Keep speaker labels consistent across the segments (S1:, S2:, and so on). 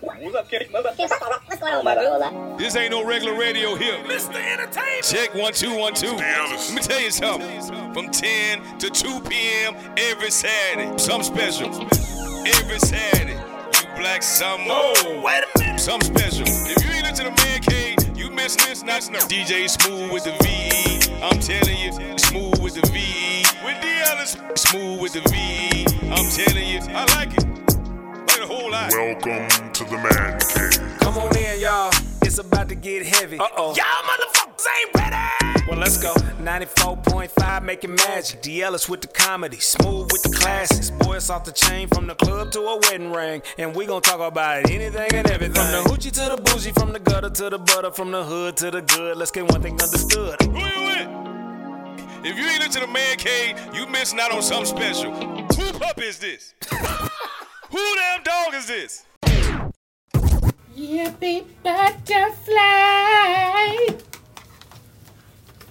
S1: What's up, Kenny? What's up?
S2: What's going on, my dude?
S3: This ain't no regular radio here.
S4: Mr. Entertainment.
S3: Check one two one two.
S4: Dallas.
S3: Let me tell you something. From 10 to 2 p.m. every Saturday. Something special. Every Saturday. You black some
S4: Oh, wait a minute.
S3: Something special. If you ain't into the man cave, you missing this, not snow. DJ Smooth with the V. I'm telling you, smooth with the V. With DL, smooth with the V. I'm telling you, I like it. Like it a whole lot.
S5: Welcome to the man cave.
S6: Come on in, y'all. It's about to get heavy. Uh oh.
S4: Y'all motherfuckers ain't ready.
S6: Well, let's go. 94.5 making magic. DLS with the comedy, smooth with the classics. Boy, it's off the chain from the club to a wedding ring. And we gon' talk about it, anything and everything. From the hoochie to the bougie, from the gutter to the butter, from the hood to the good. Let's get one thing understood.
S3: Who you with? If you ain't into the man cave, you missing out on something special. Who pup is this? Who damn dog is this?
S7: Yippee butterfly.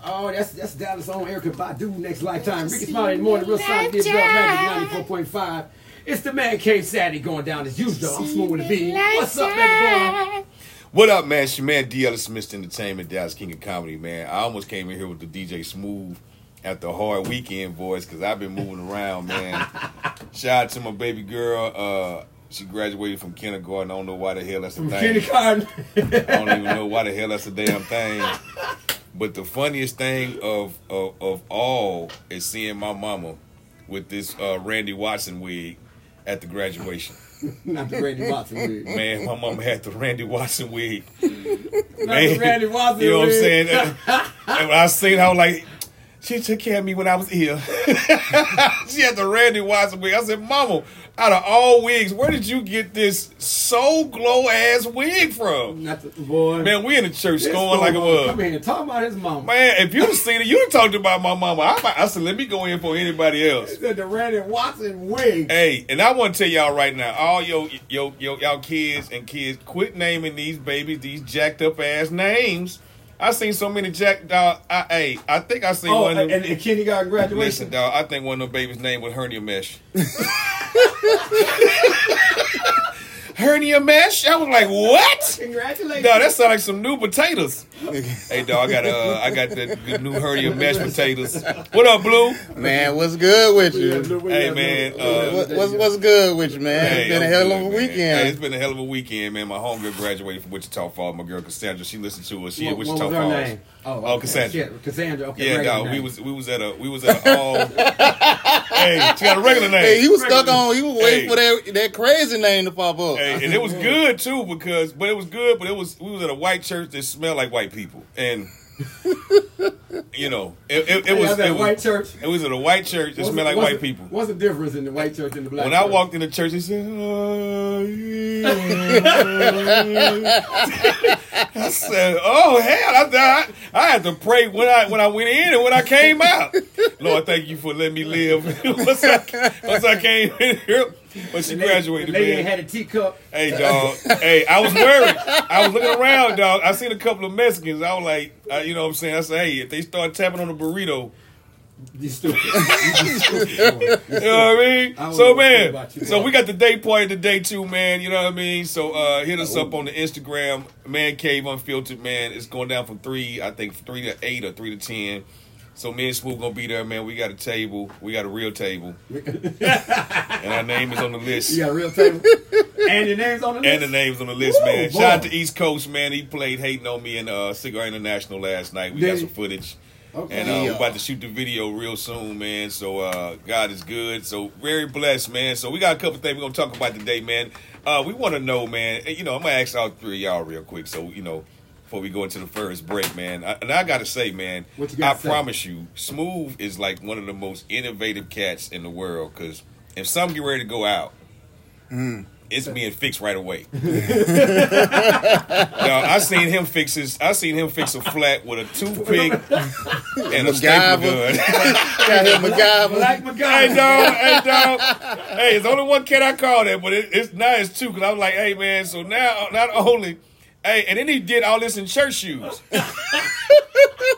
S8: Oh, that's that's Dallas on Erica Badu next lifetime. Ricky Smiley in the morning, real sonic dip up magic 94.5. It's the man cave Saturday going down as usual. I'm smooth with the beat. What's up, everyone?
S3: What up, man? It's your man DL Smith Entertainment, Dallas King of Comedy, man. I almost came in here with the DJ Smooth after a hard weekend, boys, because I've been moving around, man. Shout out to my baby girl. Uh, she graduated from kindergarten. I don't know why the hell that's a thing.
S8: Kindergarten.
S3: I don't even know why the hell that's a damn thing. But the funniest thing of of, of all is seeing my mama with this uh, Randy Watson wig at the graduation.
S8: Not the Randy Watson wig. Not
S3: Man, my mama had the Randy Watson wig.
S8: the Randy Watson
S3: You know what I'm
S8: wig.
S3: saying? and when I seen her, I was like, she took care of me when I was ill. she had the Randy Watson wig. I said, Mama, out of all wigs, where did you get this so glow ass wig from?
S8: Not the boy.
S3: Man, we in the church
S8: This
S3: going like it
S8: boy
S3: was.
S8: Come here and talk about his mom.
S3: Man, if you'd have seen it, you'd have talked about my mama. I, might, I said, let me go in for anybody else.
S8: The, the Randy Watson wig.
S3: Hey, and I want to tell y'all right now, all yo yo yo y'all kids and kids, quit naming these babies these jacked up ass names. I seen so many jacked dog. I, hey, I think I seen one.
S8: Oh,
S3: of
S8: and,
S3: them.
S8: and kindergarten
S3: Listen,
S8: graduation.
S3: dog, I think one of them babies' name was hernia mesh. hernia mesh? I was like, what?
S8: Congratulations.
S3: No, that sounds like some new potatoes. hey, dog, I got uh, I got that good new hernia mesh potatoes. What up, Blue?
S9: Man, what's good with you?
S3: Hey, man. Uh,
S9: What, what's what's good with you, man?
S3: hey,
S9: it's been a
S3: I'm
S9: hell
S3: good,
S9: of a
S3: man. Hey, it's
S9: weekend.
S3: been a hell of a weekend, man. My homegirl graduated from Wichita Falls. My girl Cassandra, she listened to us. She in
S8: what,
S3: Wichita
S8: what was her
S3: Falls.
S8: name?
S3: Oh, Cassandra.
S8: Shit, Cassandra. Okay,
S3: Yeah,
S8: regular
S3: dog. We
S8: name.
S3: was we was at a we was at a all. hey, she got a regular name.
S9: Hey, he was stuck on. He was
S3: Hey.
S9: waiting for that that crazy name to pop up.
S3: Hey, and it was good too because, but it was good. But it was we was at a white church that smelled like white people, and you know, it, it, it
S8: Hey, I
S3: was
S8: was at
S3: it was-
S8: white church.
S3: It was at a white church that
S8: What's-
S3: smelled like
S8: what's
S3: white
S8: the-
S3: people.
S8: What's the difference in the white church and the black?
S3: When I
S8: church?
S3: walked in the church, they said, "Oh, yeah." I said, "Oh hell!" I, thought I, I had to pray when I when I went in and when I came out. Lord, thank you for letting me live once, I, once I came in here. But she
S8: And they-
S3: graduated,
S8: and they
S3: man.
S8: ain't had a teacup.
S3: Hey, dog. hey, I was worried. I was looking around, dog. I seen a couple of Mexicans. I was like, uh, you know what I'm saying? I said, hey, if they start tapping on the burrito,
S8: You stupid. You stupid boy.
S3: you know what I mean?
S8: I don't know
S3: so,
S8: what to say
S3: man,
S8: about you,
S3: so
S8: dog.
S3: we got the day party today, too, man. You know what I mean? So, uh, hit us
S8: Oh.
S3: up on the Instagram, Man Cave Unfiltered, man. It's going down from three, I think, three to eight or three to ten. So, me and Smooth gonna be there, man. We got a table. We got a real table. and our name is on the list.
S8: You got a real table. And your name's on the
S3: And
S8: list.
S3: the names on the list,
S8: Woo,
S3: man. Shout out
S8: boy.
S3: to East Coast, man. He played Hating on Me in uh, Cigar International last night. We
S8: Did
S3: got
S8: he?
S3: some footage.
S8: Okay.
S3: And uh,
S9: Yeah.
S3: we're about to shoot the video real soon, man. So uh, God is good. So very blessed, man. So we got a couple things we're gonna talk about today, man. Uh, we want to know, man. and, You know, I'm gonna ask all three of y'all real quick. So you know, before we go into the first break, man. I, and I gotta say, man,
S8: What you
S3: I
S8: gotta say?
S3: promise you, Smooth is like one of the most innovative cats in the world. Cause if something get ready to go out,
S8: Mm.
S3: it's being fixed right away. Now, I seen him fix his. I seen him fix a flat with a toothpick and a staple gun.
S9: MacGyver. Got him MacGyver.
S8: Black MacGyver.
S3: hey dog, hey dog, hey. It's only one cat I call that, but it, it's now it's two because I was like, hey man. So now not only, hey, and then he did all this in church shoes.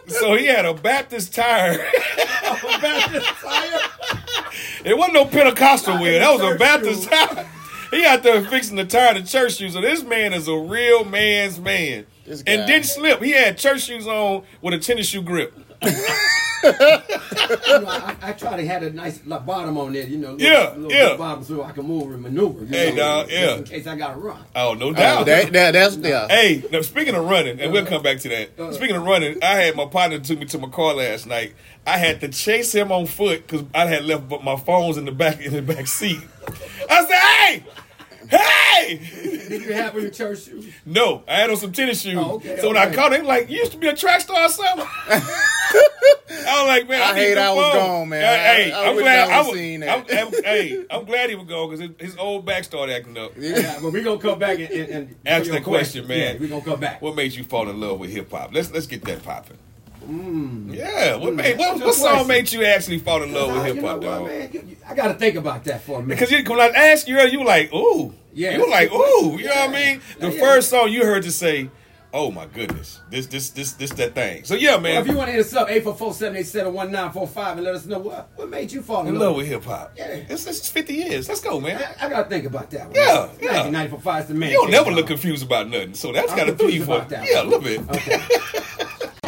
S3: so he had a Baptist tire.
S8: Baptist fire.
S3: It wasn't no Pentecostal wheel. That was a
S8: church
S3: Baptist
S8: shoes.
S3: tire. He out there fixing the tire to church shoes. So this man is a real man's man.
S9: This guy.
S3: And didn't slip. He had church shoes on with a tennis shoe grip.
S8: You know, I, I try to have a nice like, bottom on there, you know. Little,
S3: Yeah,
S8: little
S3: yeah.
S8: Bottom so I can move and maneuver. You
S3: Hey,
S8: know,
S3: dog,
S8: just
S3: yeah.
S8: In case I got to run.
S3: Oh, no doubt.
S9: Oh, that, that, that's yeah.
S3: Hey, now speaking of running, and we'll come back to that.
S8: Uh-huh.
S3: Speaking of running, I had my partner took me to my car last night. I had to chase him on foot because I had left but my phones in the back in the back seat. I said, "Hey, hey!"
S8: Did you have on your church shoes?
S3: No, I had on some tennis shoes.
S8: Oh, okay,
S3: so when I
S8: okay.
S3: caught him, like, "You used to be a track star or something." I was like, "Man, I,
S9: I hate
S3: need
S9: I was
S3: phone.
S9: gone, man.
S3: Yeah,
S9: I-
S3: Hey,
S9: I
S3: am
S9: wish
S3: glad
S9: I
S3: I
S9: would've
S3: was.
S9: seen
S3: I'm,
S9: that.
S3: I'm- hey, I'm glad he was gone because his, his old back started acting up.
S8: Yeah, but we're going to come back and, and, and
S3: Ask
S8: your
S3: that question, man.
S8: Yeah, we're going to come back.
S3: What made you fall in love with hip hop? Let's let's get that popping.
S8: Mm.
S3: Yeah, what made what, what song made you actually fall in love
S8: Nah,
S3: with
S8: you
S3: hip
S8: know
S3: hop,
S8: what,
S3: dog?
S8: man? You- you- I got to think about that for a minute.
S3: Because you when I asked you, earlier, you were like, ooh,
S8: Yeah,
S3: you were like,
S8: that's a good question.
S3: ooh, you know what I
S8: Yeah.
S3: mean? The
S8: Yeah.
S3: first song you heard to say, oh my goodness, this this this this that thing. So yeah,
S8: Well,
S3: man,
S8: if you want to hit us up, 844-787-1945 and let us know what, what made you fall
S3: in love with hip hop.
S8: Yeah.
S3: It's this is fifty years. Let's go, man.
S8: I, I got to think about that one.
S3: Yeah, yeah.
S8: 1995 is the man.
S3: You don't
S8: cave,
S3: never
S8: dog.
S3: look confused about nothing. So that's
S8: I'm
S3: got to plead
S8: confused
S3: for
S8: about that
S3: yeah, a
S8: one.
S3: little bit.
S8: Okay.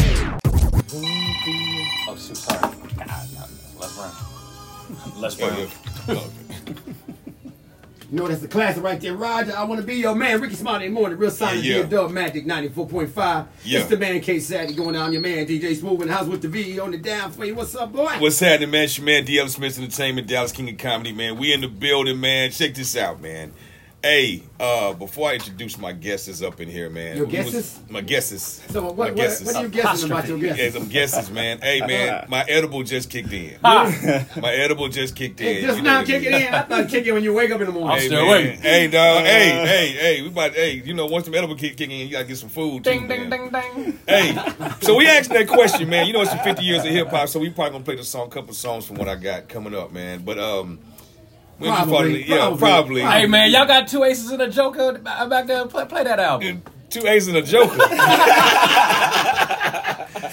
S1: Oh, shoot, sorry. Ah, no, Let's run. Let's
S3: Yeah,
S1: run.
S3: yeah. Okay.
S8: You know that's the classic right there, Roger. I want to be your man, Ricky Smiley in the morning, real sign
S3: Yeah,
S8: yeah,
S3: yeah.
S8: yeah. Dub Magic ninety four point five.
S3: Yeah.
S8: It's the man K Sadie going down your man DJ Smooth in the house with the V on the down for you. What's up, boy?
S3: What's happening, man? It's your man, DL Smith Entertainment, Dallas King of Comedy, man. We in the building, man. Check this out, man. Hey, uh, before I introduce my guesses up in here, man.
S8: Your
S3: we was-
S8: guesses?
S3: My guesses.
S8: so what
S3: my
S8: what, what, what are you guessing about your
S3: Yeah,
S8: guesses?
S3: some guesses, man. Hey, man, my edible just kicked in. my edible just kicked in.
S8: Hey, just
S3: You know
S8: now
S3: what it
S8: kicking
S3: is.
S8: in. I thought it kick in when you wake up in the morning.
S1: I'm
S3: Hey,
S1: still
S3: man.
S1: waiting.
S3: Hey, dog. hey, hey, hey. We about. Hey, you know, once the edible kick kicking in, you gotta get some food. Ding, ding, ding, ding. Hey, so we asked that question, man. You know, it's the 50 years of hip hop, so we probably gonna play the song, couple songs from what I got coming up, man. But um, when you
S8: Probably,
S3: fall in- yeah,
S8: probably.
S3: probably.
S1: Hey man, y'all got two aces and a joker b- back there. Play, play that album.
S3: Two A's and a Joker. hey,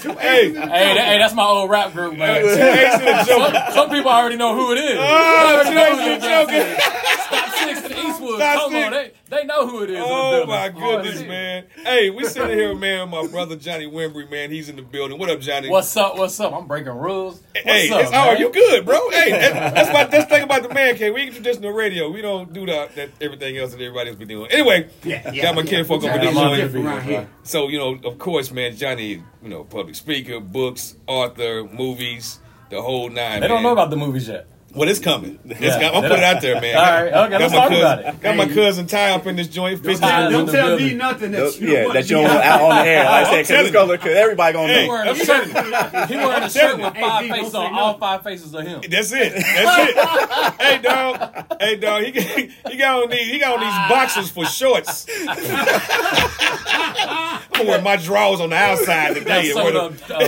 S3: two
S1: Hey, that, hey, that's my old rap group, man.
S3: A's and a
S1: Some,
S3: Joker.
S1: some people already know who it is.
S3: Oh,
S1: They
S3: two
S1: already know who
S3: A's and
S1: it
S3: a
S1: is.
S3: Joker.
S1: Stop six to the Eastwood.
S3: Stop
S1: Come on, they,
S3: six.
S1: they know who it is. in the
S3: Oh
S1: building.
S3: my goodness,
S1: shit.
S3: man. Hey, we sitting here, man. My brother Johnny Wimbry, man. He's in the building. What up, Johnny?
S1: What's up? What's up? I'm breaking rules. What's
S3: Hey,
S1: up?
S3: it's, oh,
S1: man?
S3: you good, bro? Hey, that, that's my that's the thing about the man cave. We ain't traditional radio. We don't do that, that everything else that everybody else be doing. Anyway, got my kinfolk
S8: Yeah,
S3: over there.
S8: it's
S1: I'm honored
S3: man.
S1: to be
S8: different around
S1: here,
S8: here.
S3: So you know, of course, man, Johnny, you know, public speaker, books, author, movies, the whole nine.
S1: They don't
S3: man.
S1: know about the movies yet.
S3: Well, it's coming. It's
S1: Yeah.
S3: com- I'm gonna put it out there, man.
S1: All right, okay,
S3: Got
S1: let's
S3: my
S1: talk
S3: cousin,
S1: about it.
S3: Got my
S8: Hey.
S3: cousin tie up in this joint. fishing.
S1: tie
S8: Now,
S1: in
S8: don't
S1: the
S8: tell me
S1: building.
S8: nothing that you
S7: Yeah,
S8: don't
S7: that you don't
S8: want
S7: want out on the air. Like I said,
S3: I'm
S7: cause it's gonna look, cause everybody gonna
S3: Hey,
S7: know.
S1: wearing a
S3: I'm
S1: shirt. He wearing a shirt with
S8: Hey,
S1: five
S8: D, don't
S1: faces
S8: say
S1: on.
S8: no.
S1: All five faces of him.
S3: That's it. That's it. hey dog. Hey dog. He, he got on these. He got on these boxers for shorts. I'm gonna wear my drawers on the outside
S1: Got
S3: today. and
S1: some
S3: wear
S1: of
S3: the-
S1: them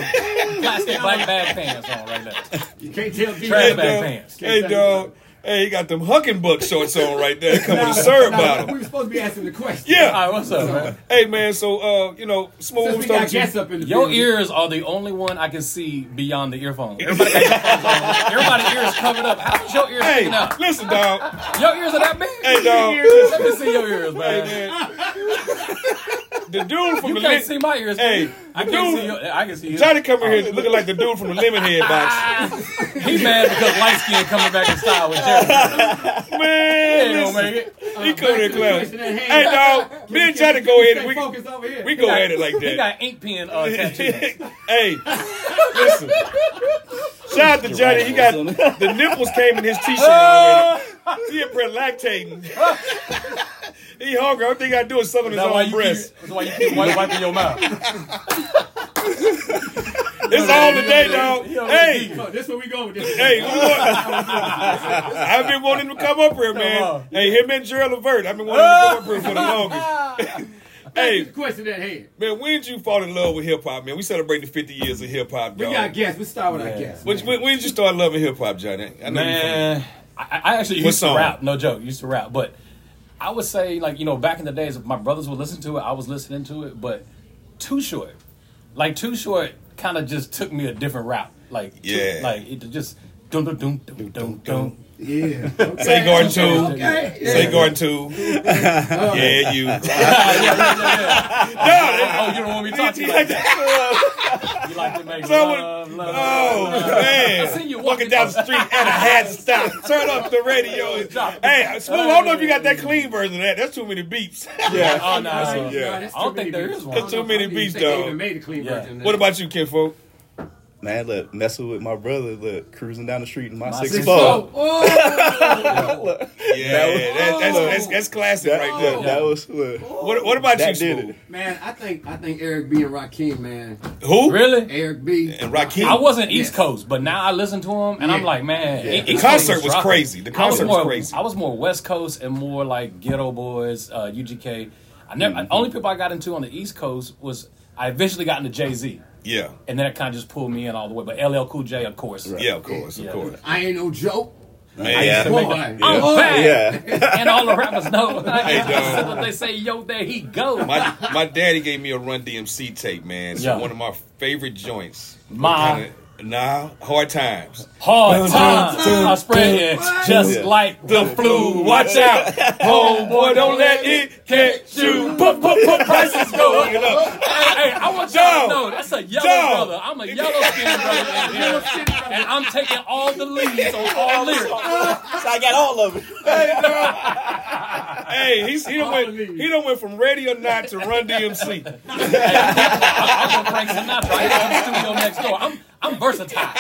S1: uh, plastic black bag pants on right there.
S8: You can't tell D
S1: Trash
S3: Hey,
S1: bag
S3: dog.
S1: pants.
S3: Hey dog. Hey, he got them Hucking Buck shorts on right there. They Come with a serve
S8: We
S3: bottom.
S8: were supposed to be asking the question.
S1: All
S3: Yeah.
S1: right, what's up, man?
S3: Hey man. So uh, you know,
S8: Since
S3: smooth
S8: we
S3: stuff.
S8: got
S3: to you.
S8: guests up in the
S1: Your
S8: building.
S1: ears are the only one I can see beyond the earphones. Everybody got earphones on. Everybody's ears covered up. How's your ears
S3: Hey,
S1: sticking out?
S3: listen, dog.
S1: Your ears are that big?
S3: Hey, dog.
S1: Let me see your ears, man.
S3: Man. The dude from
S1: You
S3: the
S1: can't
S3: lit-
S1: see my ears.
S3: Hey,
S1: I
S3: the
S1: can
S3: dude-
S1: see your, I can see his.
S3: Johnny come in here looking like the dude from the Lemonhead box.
S1: He mad because light skin coming back in style with Jerry. He
S3: Man,
S1: ain't gonna
S3: listen.
S1: make it.
S3: He come in
S8: Hey,
S3: close. Hey, dog. Me and Johnny go ahead. and
S8: We
S3: We
S8: focus over here.
S3: we go at it like
S1: He
S3: that.
S1: got ink pen uh, tattoos.
S3: Hey, listen. Shout out to Johnny. He got the nipples came in his t-shirt already. He in print lactating. He hungry. Only thing I do is sucking his
S1: That's why
S3: own
S1: you
S3: breast.
S1: keep, that's why you keep wi- wiping your mouth.
S3: It's all today, dog. Hey.
S8: Oh, this where we go with this.
S3: Hey, look what- I've been wanting to come up here, man.
S1: on.
S3: Hey, him and Gerald Levert. I've been wanting to come up here for the longest. hey,
S8: The question at hand.
S3: man, when did you fall in love with hip hop, man? We celebrating the 50 years of hip hop,
S8: We got
S3: dog.
S8: guests. We start with our guests.
S3: When, when, when did you start loving hip hop, Johnny? I know you from-
S1: Man, I, I actually
S3: What
S1: used
S3: song?
S1: to rap. No joke, used to rap. But I would say, like you know, back in the days, if my brothers would listen to it, I was listening to it. But Too Short, like Too Short, kind of just took me a different route. Like Too-
S3: Yeah.
S1: like it just dum dum dum dum dum dum.
S8: Yeah. Okay.
S3: Say Garden Two.
S8: Okay. Yeah.
S3: Say Garden Two. yeah, you.
S1: Oh, you don't want me to talk to you like that. you like to make
S3: Someone-
S1: love, love.
S3: Oh man! I
S1: uh, seen you
S3: walking down the street and I had to stop. Turn up the radio.
S1: Drop.
S3: Hey, smooth. I don't know if you got that clean version of that. That's too many beats.
S7: Yeah.
S1: Oh, no, I see.
S3: Yeah.
S8: that's
S1: I don't
S8: too
S1: think
S8: many
S1: there is
S8: beats.
S1: one.
S8: I don't
S3: Too many
S8: know if
S3: beats,
S8: they even
S3: dog.
S8: made a clean
S1: Yeah.
S8: version of
S3: what
S8: that.
S3: about you, kinfolk?
S7: Man, look, messing with my brother, look, cruising down the street in my,
S1: My
S7: 6'4.
S1: Oh.
S3: Yeah,
S7: was-
S3: that- that's, that's that's classic
S7: That,
S3: right there.
S7: that was look.
S3: What What about you,
S7: That did
S3: smooth?
S7: it.
S8: Man, I think I think Eric B and Rakim, man.
S3: Who?
S1: Really?
S8: Eric B.
S3: And Rakim.
S1: I wasn't East
S8: Yes.
S1: Coast, but now I listen to him, and I'm
S8: Yeah.
S1: like, man, E-
S3: The
S1: East Coast
S3: concert was
S1: dropping.
S3: crazy. The
S1: I
S3: concert
S1: more,
S3: was crazy.
S1: I was more West Coast and more like Ghetto Boys, uh, UGK. I never.
S3: Mm-hmm.
S1: Only people I got into on the East Coast was I eventually got into Jay Z,
S3: Yeah.
S1: and then it kind of just pulled me in all the way. But LL Cool J, of course.
S3: Yeah, of course, of
S1: Yeah.
S3: course.
S8: I ain't no joke.
S3: Man,
S7: Yeah.
S8: Boy,
S1: I'm back,
S7: Yeah.
S1: and all the rappers know.
S3: Hey, dog.
S1: When they say, "Yo, there he go."
S3: my my daddy gave me a Run DMC tape, man. It's
S1: Yeah.
S3: one of my favorite joints.
S1: Ma.
S3: Kinda- Nah, hard times.
S1: Hard times are spreading just
S7: Yeah.
S1: like the flu. Watch out, homeboy! Don't let it catch you. Put, put, put prices go up.
S3: Look it up.
S1: Hey, I want y'all to
S3: Dog.
S1: know that's a yellow
S3: Dog.
S1: brother. I'm a yellow skin brother, in here, and I'm taking all the leads on all lyrics.
S7: So I got all of it.
S3: Hey, he's, he done went he done went from Radio Not to Run DMC.
S1: I'm gonna Frank Sinatra. I got the studio next door. I'm I'm versatile.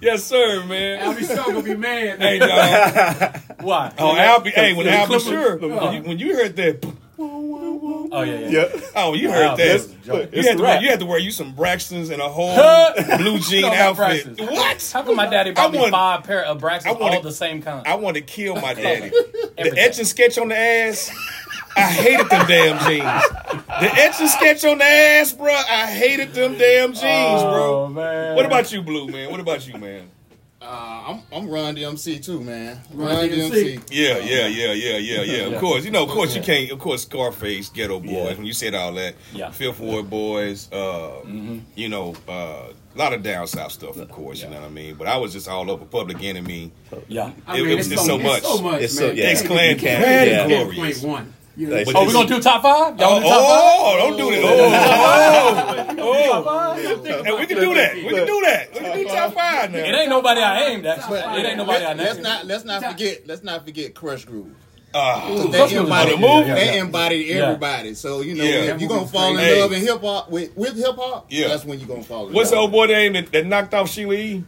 S3: Yes, sir,
S8: I'll
S3: man.
S8: be so gonna be mad.
S3: Hey, dog.
S1: Why?
S3: Oh, Albie. Hey, when
S7: Yeah,
S3: Albie
S7: Clippers.
S3: sure, when you, when you heard that,
S1: Oh yeah, yeah.
S7: Yeah.
S3: oh, you heard
S1: Albie,
S3: that.
S1: that's a
S7: joke.
S3: You
S7: It's
S3: had,
S7: a
S3: to wear,
S7: wrap.
S3: you had to wear you some Braxtons and a whole
S1: Huh?
S3: blue jean
S1: No, not
S3: outfit.
S1: Braxtons.
S3: What?
S1: How come my daddy bought
S3: I
S1: me
S3: want-
S1: five pair of
S3: I
S1: Braxtons,
S3: want-
S1: all the same kind?
S3: I want to kill my daddy. The
S1: Everything.
S3: etch and sketch on the ass. I hated them damn jeans. The etch and sketch on the ass, bro. I hated them damn jeans,
S1: Oh
S3: bro.
S1: man.
S3: What about you, Blue Man? What about you, man?
S9: Uh, I'm, I'm Run DMC too, man.
S8: Run
S9: Run,
S8: DMC.
S9: DMC.
S3: Yeah, yeah, yeah, yeah, yeah, yeah. Of course, you know, of course, you can't. Of course, Scarface, Ghetto Boys.
S7: Yeah.
S3: When you said all that,
S1: Yeah. Mm-hmm.
S3: Fifth Ward Boys. Uh, You know, uh, a lot of down south stuff, of course. You know what I mean. But I was just all over Public Enemy.
S1: Yeah.
S8: I
S3: It-
S8: mean,
S3: it was
S8: it's
S3: just so
S8: it's
S3: much.
S8: So much,
S7: It's so-
S8: man.
S7: yeah.
S3: Ex-Clan
S7: You can't-
S3: Clan
S7: yeah.
S3: Glorious.
S8: one. You know,
S7: They
S3: But
S1: Oh, we gonna do top five? Y'all wanna do top
S3: Oh, don't do that. Oh, oh, oh. And we can do that. We can do that. We can do top five
S1: five?
S3: now.
S1: It ain't nobody I aimed at. It ain't nobody I
S9: Let, let's
S1: named.
S9: not let's not forget let's not forget Crush Groove.
S3: Ah,
S1: Crush
S9: They
S1: Groove is
S9: embodied
S1: on the move.
S9: they
S1: Yeah.
S9: embodied everybody. So you know
S3: Yeah.
S9: if you're gonna fall in
S3: Hey.
S9: love in hip hop with, with hip hop,
S3: Yeah.
S9: that's when you're gonna fall in
S3: what's the
S9: love.
S3: old boy name that, that knocked off Sheila E?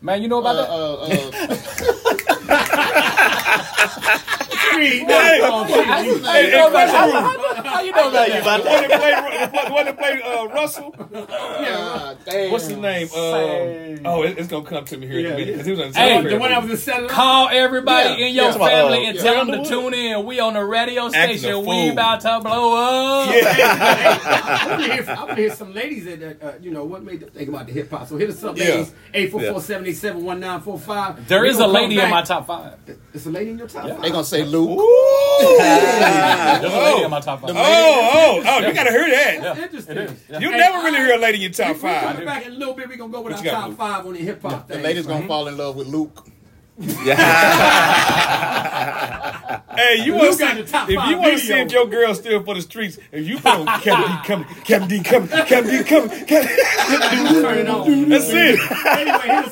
S1: Man, you know about that?
S9: Uh, uh,
S8: three.
S3: Hey,
S1: How you how
S3: hey,
S1: you know
S3: Crush
S1: about that? How you know about that?
S3: the one that played, the one that played uh, Russell.
S9: uh, damn.
S3: What's his name? Um, oh, it, it's gonna come to me here in a minute. 'cause He was on
S1: Hey,
S3: Telegram.
S8: The one that was in satellite.
S1: Call everybody
S9: Yeah.
S1: in your
S7: Yeah, it's my,
S1: family
S7: uh,
S1: and
S9: yeah.
S1: tell them to tune in. We on the radio
S3: Acting a
S1: station. We
S3: fool.
S1: about to blow up.
S3: Yeah.
S8: I'm gonna hear, I'm gonna hear some ladies that, that uh, you know what made them think about the hip hop. So hit us up,
S3: Yeah.
S8: ladies. Eight four four seven eight seven one nine four five.
S1: There is a lady in my top five.
S8: It's a lady in your top.
S9: They
S8: five?
S9: gonna say Luke.
S1: There's a lady in my top
S3: Oh,
S1: five.
S3: oh, oh! You gotta hear that.
S8: That's interesting.
S3: You never really hear a lady in your top
S8: If we
S3: five.
S8: come back in a little bit, we're gonna go with
S3: What
S8: our
S3: you got,
S8: top
S3: Luke?
S8: five on the hip hop thing.
S9: The ladies
S1: Mm-hmm.
S9: gonna fall in love with Luke.
S3: Hey, you want to see
S8: got the top
S3: if
S8: five
S3: you want to see
S8: video.
S3: if your girl still for the streets? If you put on Captain D coming, Captain D coming, Captain D coming, Captain
S8: Turn it on.
S3: That's it.
S8: anyway, hit us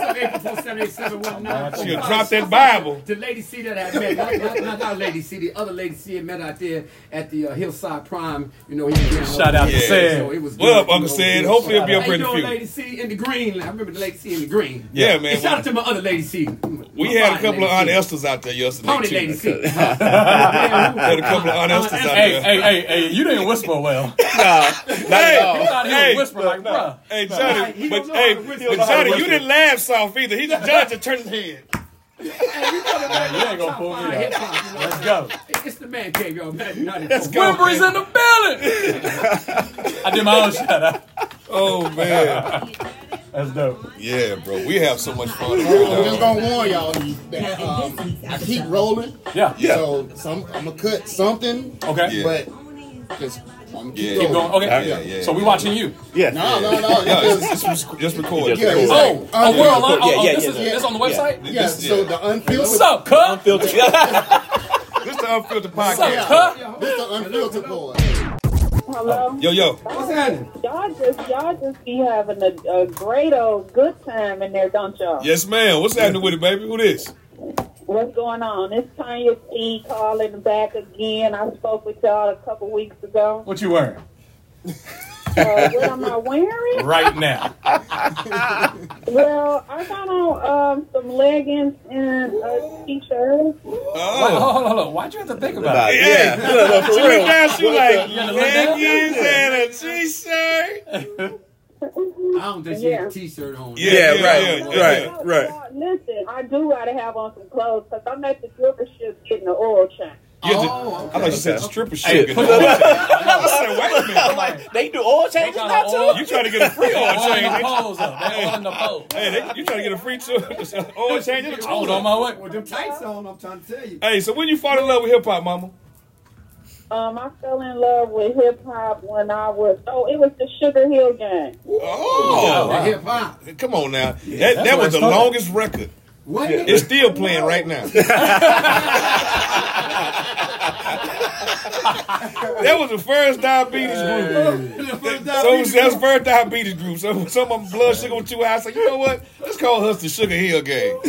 S8: up eight four four seven eight seven one nine four
S3: She'll
S8: five.
S3: drop that Bible.
S8: The lady see that I met, not, not, not our lady see, the other lady see it met out there at the uh, Hillside Prime. You know, here down
S1: Shout out to
S3: Yeah.
S1: Sid.
S8: So it was
S3: What up,
S8: good,
S3: Uncle
S8: you know,
S3: Sid?
S8: good.
S3: Hopefully he'll be up
S8: How
S3: here in
S8: you
S3: the
S8: doing,
S3: future.
S8: Lady C in the green? I remember the Lady C in the green.
S3: Yeah,
S8: And shout
S3: man.
S8: out to my other Lady C.
S3: We had a couple of Aunt Esther's out there yesterday
S8: Pony Lady
S3: too.
S8: C. Had
S3: Had a couple of Aunt Esther's out
S1: Hey,
S3: there.
S1: hey, hey, hey, you didn't whisper well. You
S3: Hey,
S1: thought he
S3: Hey,
S1: was whispering like, bruh.
S3: hey,
S8: Right,
S3: Johnny,
S8: he
S3: but
S8: don't know how
S3: hey,
S8: to whistle.
S3: but Johnny, you didn't laugh soft either. He just judged and turned his head.
S1: You ain't gonna pull me out. Let's go.
S8: It's the man cave, y'all. Let's
S1: Wimbury's in the building. I did my own shout out.
S3: Oh man,
S1: That's dope.
S3: yeah, bro, we have so much fun.
S9: I'm just gonna warn y'all that um, I keep rolling.
S1: Yeah.
S9: So some I'm gonna cut something,
S1: Okay.
S3: Yeah.
S9: but just I'm
S3: Yeah.
S1: Keep going. Okay.
S3: Yeah, yeah.
S1: So we watching you.
S7: Yeah.
S9: No, no, no.
S3: Yeah,
S9: it's
S3: it's, it's, just record.
S7: Yeah,
S9: yeah,
S7: yeah.
S1: Oh, oh,
S9: Yeah,
S1: we're online.
S7: yeah,
S1: oh,
S7: yeah,
S1: this
S7: yeah,
S1: is
S9: yeah.
S1: this on the website.
S9: yeah,
S3: This-
S9: so
S3: yeah.
S9: the unfiltered.
S1: What's up, cuz?
S7: Filter.
S3: This the unfiltered
S1: What's up,
S3: podcast.
S1: cuz?
S9: This the unfiltered boy.
S10: Hello.
S3: Yo, yo.
S8: What's happening?
S10: Y'all just y'all just be having a, a great old good time in there, don't y'all?
S3: Yes, ma'am. What's happening with it, baby? Who this?
S10: What's going on? It's Tanya T calling back again. I spoke with y'all a couple weeks ago.
S1: What you wearing
S10: Uh, what am I wearing?
S1: right now?
S10: Well, I got on um, some leggings and a t-shirt.
S1: Wait,
S3: Oh.
S1: hold on, hold on. Why'd you have to think about
S7: About
S1: it?
S7: it. Yeah. No, no, for real.
S3: she like
S1: look down?
S3: leggings and a t-shirt.
S8: I don't think she had
S10: Yeah.
S8: a t-shirt on.
S3: Yeah,
S7: Yeah,
S3: yeah,
S7: right,
S3: yeah.
S7: right, right.
S10: Y'all, Listen, I do gotta have on some clothes because I'm at the stripper ship getting an oil change.
S3: Yeah, the-
S8: Oh, okay.
S3: I thought you said the stripper
S1: Hey,
S3: shit.
S1: put the-
S3: I said, wait a minute.
S7: They do oil
S1: They
S7: changes
S1: got
S7: now
S1: an
S7: too.
S1: oil-
S3: You trying to get a free
S1: They
S3: oil
S1: holding the
S3: change?
S1: poles up. They holding the poles.
S3: Hey, they, you trying to get a free t- oil change? It's a
S1: I was
S3: tool.
S1: on my way.
S8: With them tights on, I'm trying to tell you.
S3: Hey, so when you fall in love with hip hop, mama?
S10: Um, I fell in love with hip hop when I was oh, it was the Sugar Hill Gang.
S8: The
S3: Oh,
S8: hip hop.
S3: come on now. that that
S1: where
S3: was
S1: it
S3: the
S1: started.
S3: longest record.
S8: What?
S3: It's still playing right now. that was the first diabetes group. So that's the first diabetes group. So some of them blood sugar was too high. So you know what? Let's call us the Sugar Hill Gang. All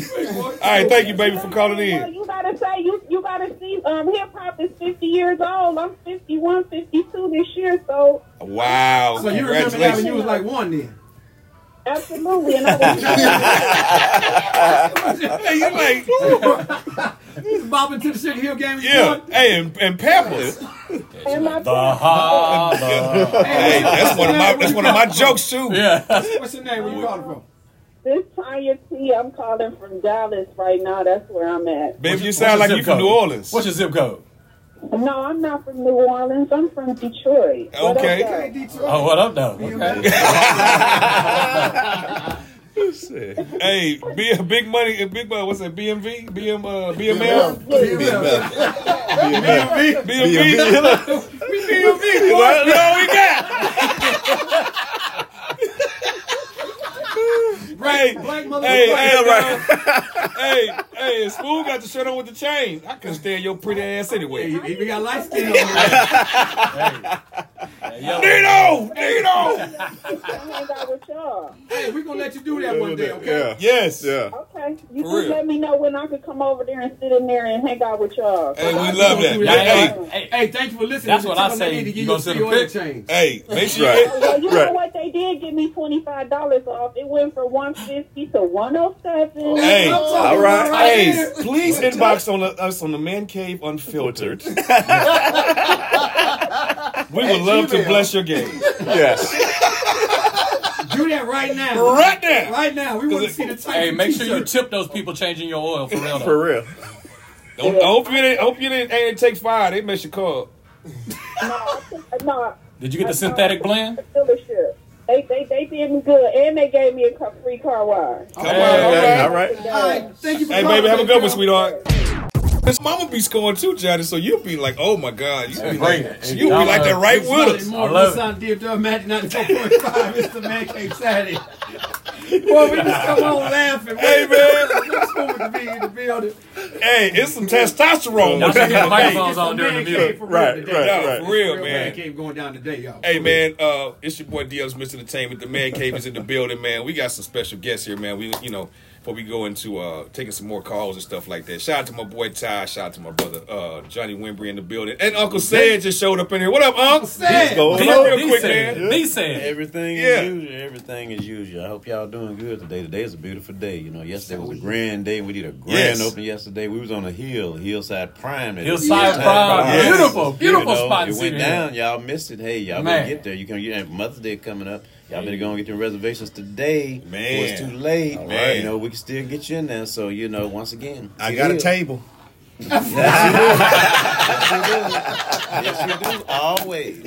S3: right, thank you, baby, for calling
S10: Well,
S3: in.
S10: you gotta say you you gotta see um hip hop is fifty years old. I'm 51, 52 this year, so
S3: Wow,
S8: So you remember that when
S3: congratulations.
S8: you was like one then?
S10: absolutely. And I was
S3: Hey, you like, woo.
S8: You was bobbing to the Sugar Hill game. when you
S3: yeah.
S8: was one?
S3: Hey, and, and peppers.
S10: in my
S1: The holla.
S3: Hey, that's one of my that's one of my jokes too.
S1: Yeah.
S8: What's your name? Where you calling from?
S10: this Tanya T. I'm calling from Dallas right now. That's where I'm at.
S3: Baby, you
S1: What's
S3: sound
S1: your
S3: like
S1: zip
S3: you from
S1: code?
S3: New Orleans.
S1: What's your zip code?
S10: No, I'm not from New Orleans. I'm from Detroit. What up,
S3: Okay.
S10: though?
S8: Hey, Detroit.
S1: Oh, what up, though? Okay.
S3: Hey, B, big money and big money. What's that? BMV, BM, uh, BML, BMV, BMV. BMV. What? No, we got. Hey,
S8: Black motherfucker.
S3: hey, hey, hey, hey! Smooth got the shirt on with the chain. I couldn't stand your pretty ass anyway.
S8: Hey, we got light skin on there.
S3: Dino, Dino.
S10: I hang out with y'all.
S8: Hey, we gonna let you do that one day, okay?
S7: Yeah.
S3: Yes.
S7: Yeah.
S10: Okay, you
S3: For
S10: just
S3: real.
S10: let me know when I could come over there and sit in there and hang out with y'all.
S3: Hey, we love that.
S8: Yeah,
S3: Hey,
S1: Hey, hey,
S8: Hey, thank you for listening.
S1: That's what I
S8: Tell them
S1: say.
S8: they need to give
S1: You gonna
S8: a
S1: send
S8: free
S1: a
S8: oil
S1: pic?
S8: change.
S3: hey, make sure you
S7: Right.
S3: get.
S10: Well, you
S7: Right.
S10: know what they did give me twenty five dollars off. It went from one fifty to one oh seven.
S3: Hey,
S8: I'm talking
S7: all right.
S8: about
S3: Hey,
S8: here.
S3: please inbox on the, us on the Man Cave Unfiltered. we would love to
S9: Gmail.
S3: bless your game
S7: Yes.
S8: Do that right now.
S3: right now.
S8: Right now. We want to see the type
S1: hey,
S8: of
S1: make sure you
S8: t-shirt.
S1: tip those people changing your oil for real.
S7: For
S1: Though.
S7: real.
S3: Don't, I hope you didn't. I hope you didn't. Ain't it take fire? They mess your car. up.
S10: No,
S1: Did you get the synthetic blend?
S10: dealership. They they they did me good, and they gave me a car, free car wash.
S3: Come
S7: Hey,
S3: on,
S7: all
S3: all right.
S7: right.
S8: All right, thank you for
S3: Hey,
S8: calling,
S3: baby, have a
S8: baby
S3: good one,
S8: girl.
S3: sweetheart. His mama be scoring too, Johnny. So you'll be like, oh my god, you be
S1: Bring
S3: like,
S1: it.
S3: you be like that right
S8: It's Monday
S3: with us.
S8: morning,
S1: I love
S8: Sun DFW Magic 94.5. It's the Man Cave Saturday. Boy, we just come on laughing.
S3: Hey, man.
S8: It's cool to be in the building.
S3: Hey, it's some testosterone.
S1: Y'all should get the
S3: hey,
S1: microphones on during the
S8: Man
S1: music.
S8: Cave for real
S7: Right,
S8: today.
S7: right,
S8: Y'all,
S7: right.
S3: for real,
S8: Man
S3: man.
S8: Cave going down today, y'all.
S3: Hey man, uh, it's your boy DL's Mr. Entertainment. The man cave is in the building, man. We got some special guests here, man. We you know, before we go into uh taking some more calls and stuff like that. Shout out to my boy Ty, shout out to my brother uh Johnny Wimbry in the building. And Uncle Sad just showed up in here. What up, Uncle?
S8: Sad.
S7: Go
S1: D,
S3: Hello, real
S1: D
S3: quick,
S1: said,
S3: man.
S1: D said,
S11: Everything
S3: Yeah.
S11: is usual. Everything is usual. I hope y'all doing good today. Today is a beautiful day. You know, yesterday was a grand day. We did a grand
S3: Yes.
S11: opening yesterday. We was on a hill, Hillside Prime. at
S1: Hillside
S11: Hillside
S1: Prime.
S3: Yes.
S1: Beautiful,
S11: You
S1: beautiful
S11: know,
S1: spot in
S11: It
S1: Cedar
S11: went
S1: Hill.
S11: down. Y'all missed it. Hey, y'all
S1: Man.
S11: better get there. You can get and Mother's Day coming up. Y'all better go and get your reservations today. before it's
S3: Man.
S11: too late.
S3: right.
S11: You know, we can still get you in there. So you know, once again,
S7: I
S11: it's
S7: got a
S11: Hill.
S7: table.
S11: Yes, we do. Always.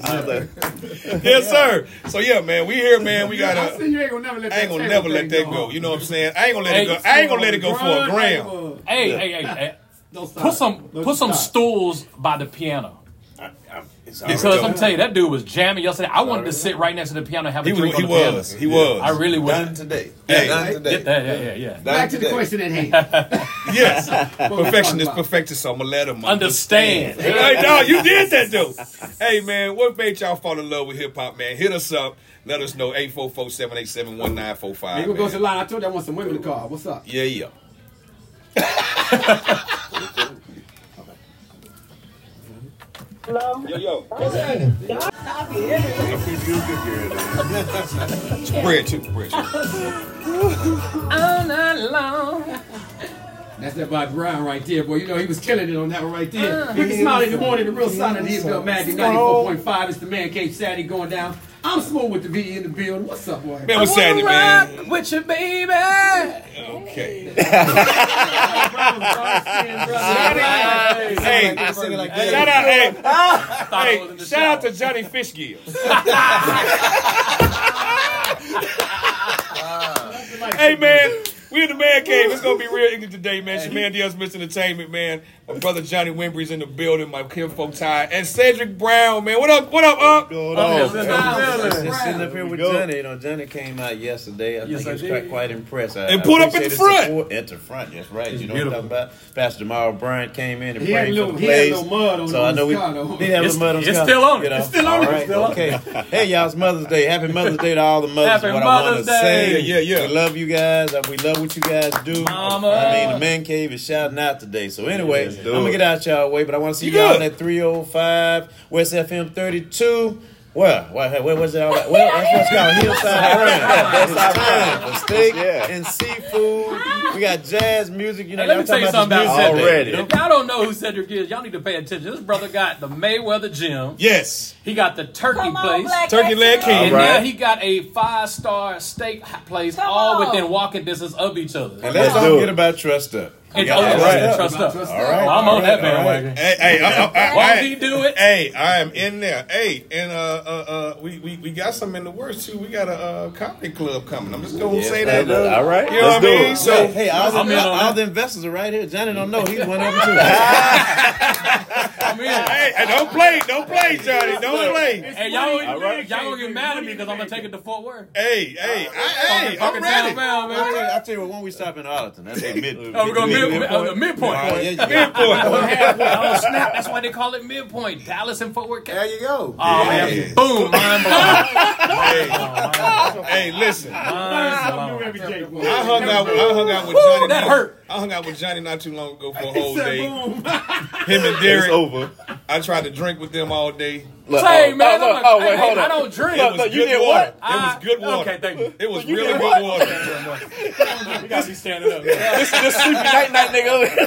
S3: Yes, sir. So yeah, man, we here, man. We got
S8: I see
S3: a
S8: you ain't gonna never let that
S3: I ain't gonna
S8: table
S3: never let
S8: thing
S3: that go. You know what I'm saying? I ain't gonna let it go.
S1: Hey,
S3: I ain't gonna let it go for a
S8: Grind,
S3: gram.
S8: uh,
S1: Hey, hey, hey, hey.
S8: Don't stop.
S1: Put some
S8: Don't
S1: put some
S8: stop.
S1: stools by the piano.
S11: I- I'm
S1: Because I'm telling you, that dude was jamming yesterday. I wanted to sit right next to the piano and have a
S3: He was-
S1: drink on
S3: he
S1: the piano.
S3: was. He was.
S1: I really was.
S3: Done
S11: today.
S1: Yeah,
S3: Hey. Done today.
S1: Get that, yeah, yeah, yeah.
S3: Back to the Done
S8: question at hand.
S3: Yes.
S8: What we
S3: Perfection is
S8: talking about?
S3: perfected, so I'm gonna let him
S1: Understand.
S3: hey, no, you did that though. Hey man, what made y'all fall in love with hip hop, man? Hit us up. Let us know. 844-787-1945.
S8: Maybe we go
S3: man.
S8: to the line. I told you I want some women to call. What's up?
S3: Yeah, yeah.
S10: Hello?
S3: Yo, yo.
S10: Bread
S3: Bread too, bread too.
S10: All night long.
S8: That's that Bob Brown right there, boy. You know, he was killing it on that one right
S3: Uh.
S8: there. Big Smile in the morning, the real side of the Bill Magic 94.5. It's the Man Cave Saturday going down. I'm smooth with the V in the building. What's up, boy?
S3: Man, what's happening, man?
S1: With your baby.
S3: Okay.
S8: Hey,
S3: Hey, shout out, hey, hey, shout out to Johnny Fishgill. hey man, we in the man cave. It's gonna be real ignorant today, man. It's your man Diaz Miss Entertainment, man. My brother Johnny Wimbry's in the building, my kinfolk Ty, and Cedric Brown, man. What up, what up, up?
S11: Going
S8: on?
S11: Just sitting up here with Johnny. You know, Johnny came out yesterday. I think he was quite, quite impressed. I,
S3: And
S11: I
S3: put up at the
S11: appreciate his
S3: front.
S11: support At the front, that's right. you know
S1: beautiful.
S11: what I'm talking about? Pastor Jamal Bryant came in and
S8: He had
S11: prayed
S8: a
S11: for
S8: little-
S11: the
S8: he had a
S11: place.
S8: little mud on-
S11: so
S8: on
S11: I know
S8: his
S11: we
S8: collar, huh?
S11: did have
S1: It's-
S11: a mud on his
S1: it's
S11: collar,
S1: still on it.
S11: you know?
S1: It's still on it.
S11: All right,
S1: It's still on
S11: okay. Hey, y'all, it's Mother's Day. Happy Mother's Day to all the mothers.
S1: Happy
S11: what I want to
S1: Mother's Day.
S11: say.
S3: Yeah, yeah, yeah.
S11: We love you guys. Uh, We love what you guys do.
S1: Mama.
S11: I mean, the man cave is shouting out today. So, anyway, I'm going to get out y'all way, but I want to see
S3: You
S11: y'all
S3: good.
S11: at 305 West FM 32. Well, where, where was it all at? Well, that's what's called Hillside Grind. It's time for steak
S7: Yeah.
S11: and seafood. We got jazz music. You know,
S1: Hey, let
S11: y'all
S1: me tell you
S11: talking
S1: something about
S11: this music
S1: Cedric.
S11: already.
S1: If y'all don't know who Cedric is, y'all need to pay attention. This brother got the Mayweather gym.
S3: Yes,
S1: He got the turkey
S12: Come on,
S1: place.
S12: Black
S3: Turkey Leg
S12: Excellence.
S3: King.
S1: And
S11: All right.
S1: now he got a five star steak place
S12: Come
S1: all
S12: on.
S1: within walking distance of each other.
S11: And
S1: And
S7: Let's
S11: let's not
S7: do
S11: forget
S7: it.
S11: about Trust Up.
S1: oh,
S11: Yeah,
S1: trust,
S11: right.
S1: up, trust up.
S8: Trust
S11: All right.
S1: Well, I'm
S11: all
S1: on that
S11: right, all
S1: bandwagon.
S11: right.
S3: Hey, hey, I, I, I,
S1: Why
S3: I-
S1: did he do it?
S3: Hey, I am in there. Hey, and uh, uh, uh we, we we got some in the works too. We got a uh, comedy club coming. I'm just gonna
S11: Yes,
S3: say
S11: they
S3: that.
S11: do.
S7: All right.
S3: You know
S7: let's
S3: what I
S7: do
S3: mean?
S7: it.
S3: So-
S11: Hey, hey, all,
S1: I'm
S11: the,
S1: in on
S11: all
S1: that.
S11: the investors are right here. Johnny don't know. He's one of them too.
S1: I'm in.
S3: Hey, hey, don't play, don't play, Johnny, don't play.
S1: Hey, y'all, y'all,
S8: All right.
S1: gonna get mad at me because I'm gonna take it to Fort Worth.
S3: Hey, hey, I, hey, I'm
S1: Fucking
S3: ready.
S1: downtown,
S11: I
S1: man.
S11: tell you- I tell you what, when we stop in Arlington, that's a mid.
S1: Oh, we're gonna mid, mid,
S11: midpoint.
S1: uh, midpoint.
S11: Oh, yeah, you got it.
S1: Oh,
S3: Midpoint.
S1: snap! That's why they call it midpoint. Dallas and Fort Worth. There you go. Oh
S3: Yeah.
S1: man! Boom! Mind blown.
S3: Hey, listen. I
S1: Mind blown.
S3: hung out. I hung out with Johnny.
S1: that
S3: not-
S1: hurt.
S3: I hung out with Johnny not too long ago for a whole
S8: Said
S3: day. Him
S8: boom.
S3: and
S7: It's
S3: Derek.
S7: over.
S3: I tried to drink with them all day.
S7: Look,
S1: Say,
S7: oh,
S1: man,
S7: oh,
S1: I'm
S7: look,
S1: a-
S7: oh,
S1: hey,
S7: wait,
S1: hey,
S7: hold
S1: I
S7: on.
S1: don't drink.
S3: It was
S7: no, you
S3: good
S7: did
S3: water.
S7: what?
S3: It was good water.
S1: Okay, thank you.
S3: It was really good water.
S1: you gotta be standing up. man.
S7: This this sleepy night night nigga.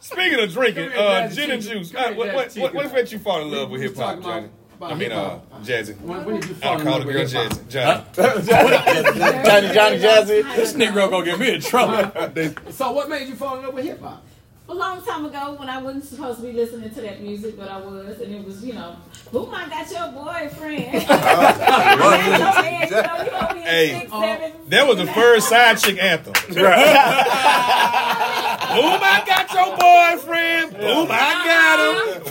S3: Speaking of drinking,
S8: Come here,
S3: uh,
S8: Jazzy
S3: gin and
S8: Chicken.
S3: juice.
S8: Come
S3: Uh,
S8: here,
S3: what, what,
S8: Jazzy
S3: what, what
S8: Chicken.
S3: made you fall in love with
S8: We
S3: hip
S8: was
S3: hop,
S8: talking
S3: Johnny?
S8: about-
S3: I
S8: Oh,
S3: mean, uh,
S8: about
S3: Jazzy.
S8: When, when did you fall
S3: I
S8: in
S3: call
S8: love
S3: the
S8: with
S3: girl
S8: hip hop?
S3: Jazzy. Johnny.
S7: Johnny Johnny Jazzy.
S1: This nigga gonna get me in trouble.
S8: So what made you fall in love with hip hop?
S12: A long time ago when I wasn't supposed to be listening to that music, but I was, and it was, you know, boom, I got your boyfriend. I got your man, you know, you over here
S3: Oh, Hey.
S12: six, seven,
S3: That was the first side chick anthem. Boom, I got your boyfriend. Boom, I got him.
S12: You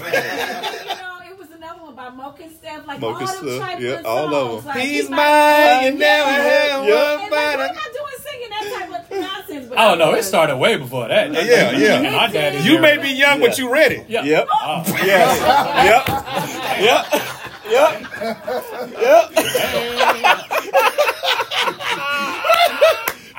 S12: know, it was another one by Mocha and Steph, like
S7: Mocha
S12: all
S7: Steph,
S12: them type
S7: yeah,
S12: of
S7: all of
S12: songs.
S7: them.
S12: Like,
S3: He's
S12: my-
S3: mine. You never
S7: Yeah.
S3: had
S7: Yeah.
S3: one
S12: And like, what
S3: better.
S12: am I doing singing that type of nonsense? But
S1: I don't know. Oh, It
S12: was.
S1: started way before that.
S3: Yeah, yeah.
S1: My dad is
S3: You
S1: there.
S3: may be young, but you ready.
S1: Yeah.
S7: Yep. Yes. Yep. Yep. Yep.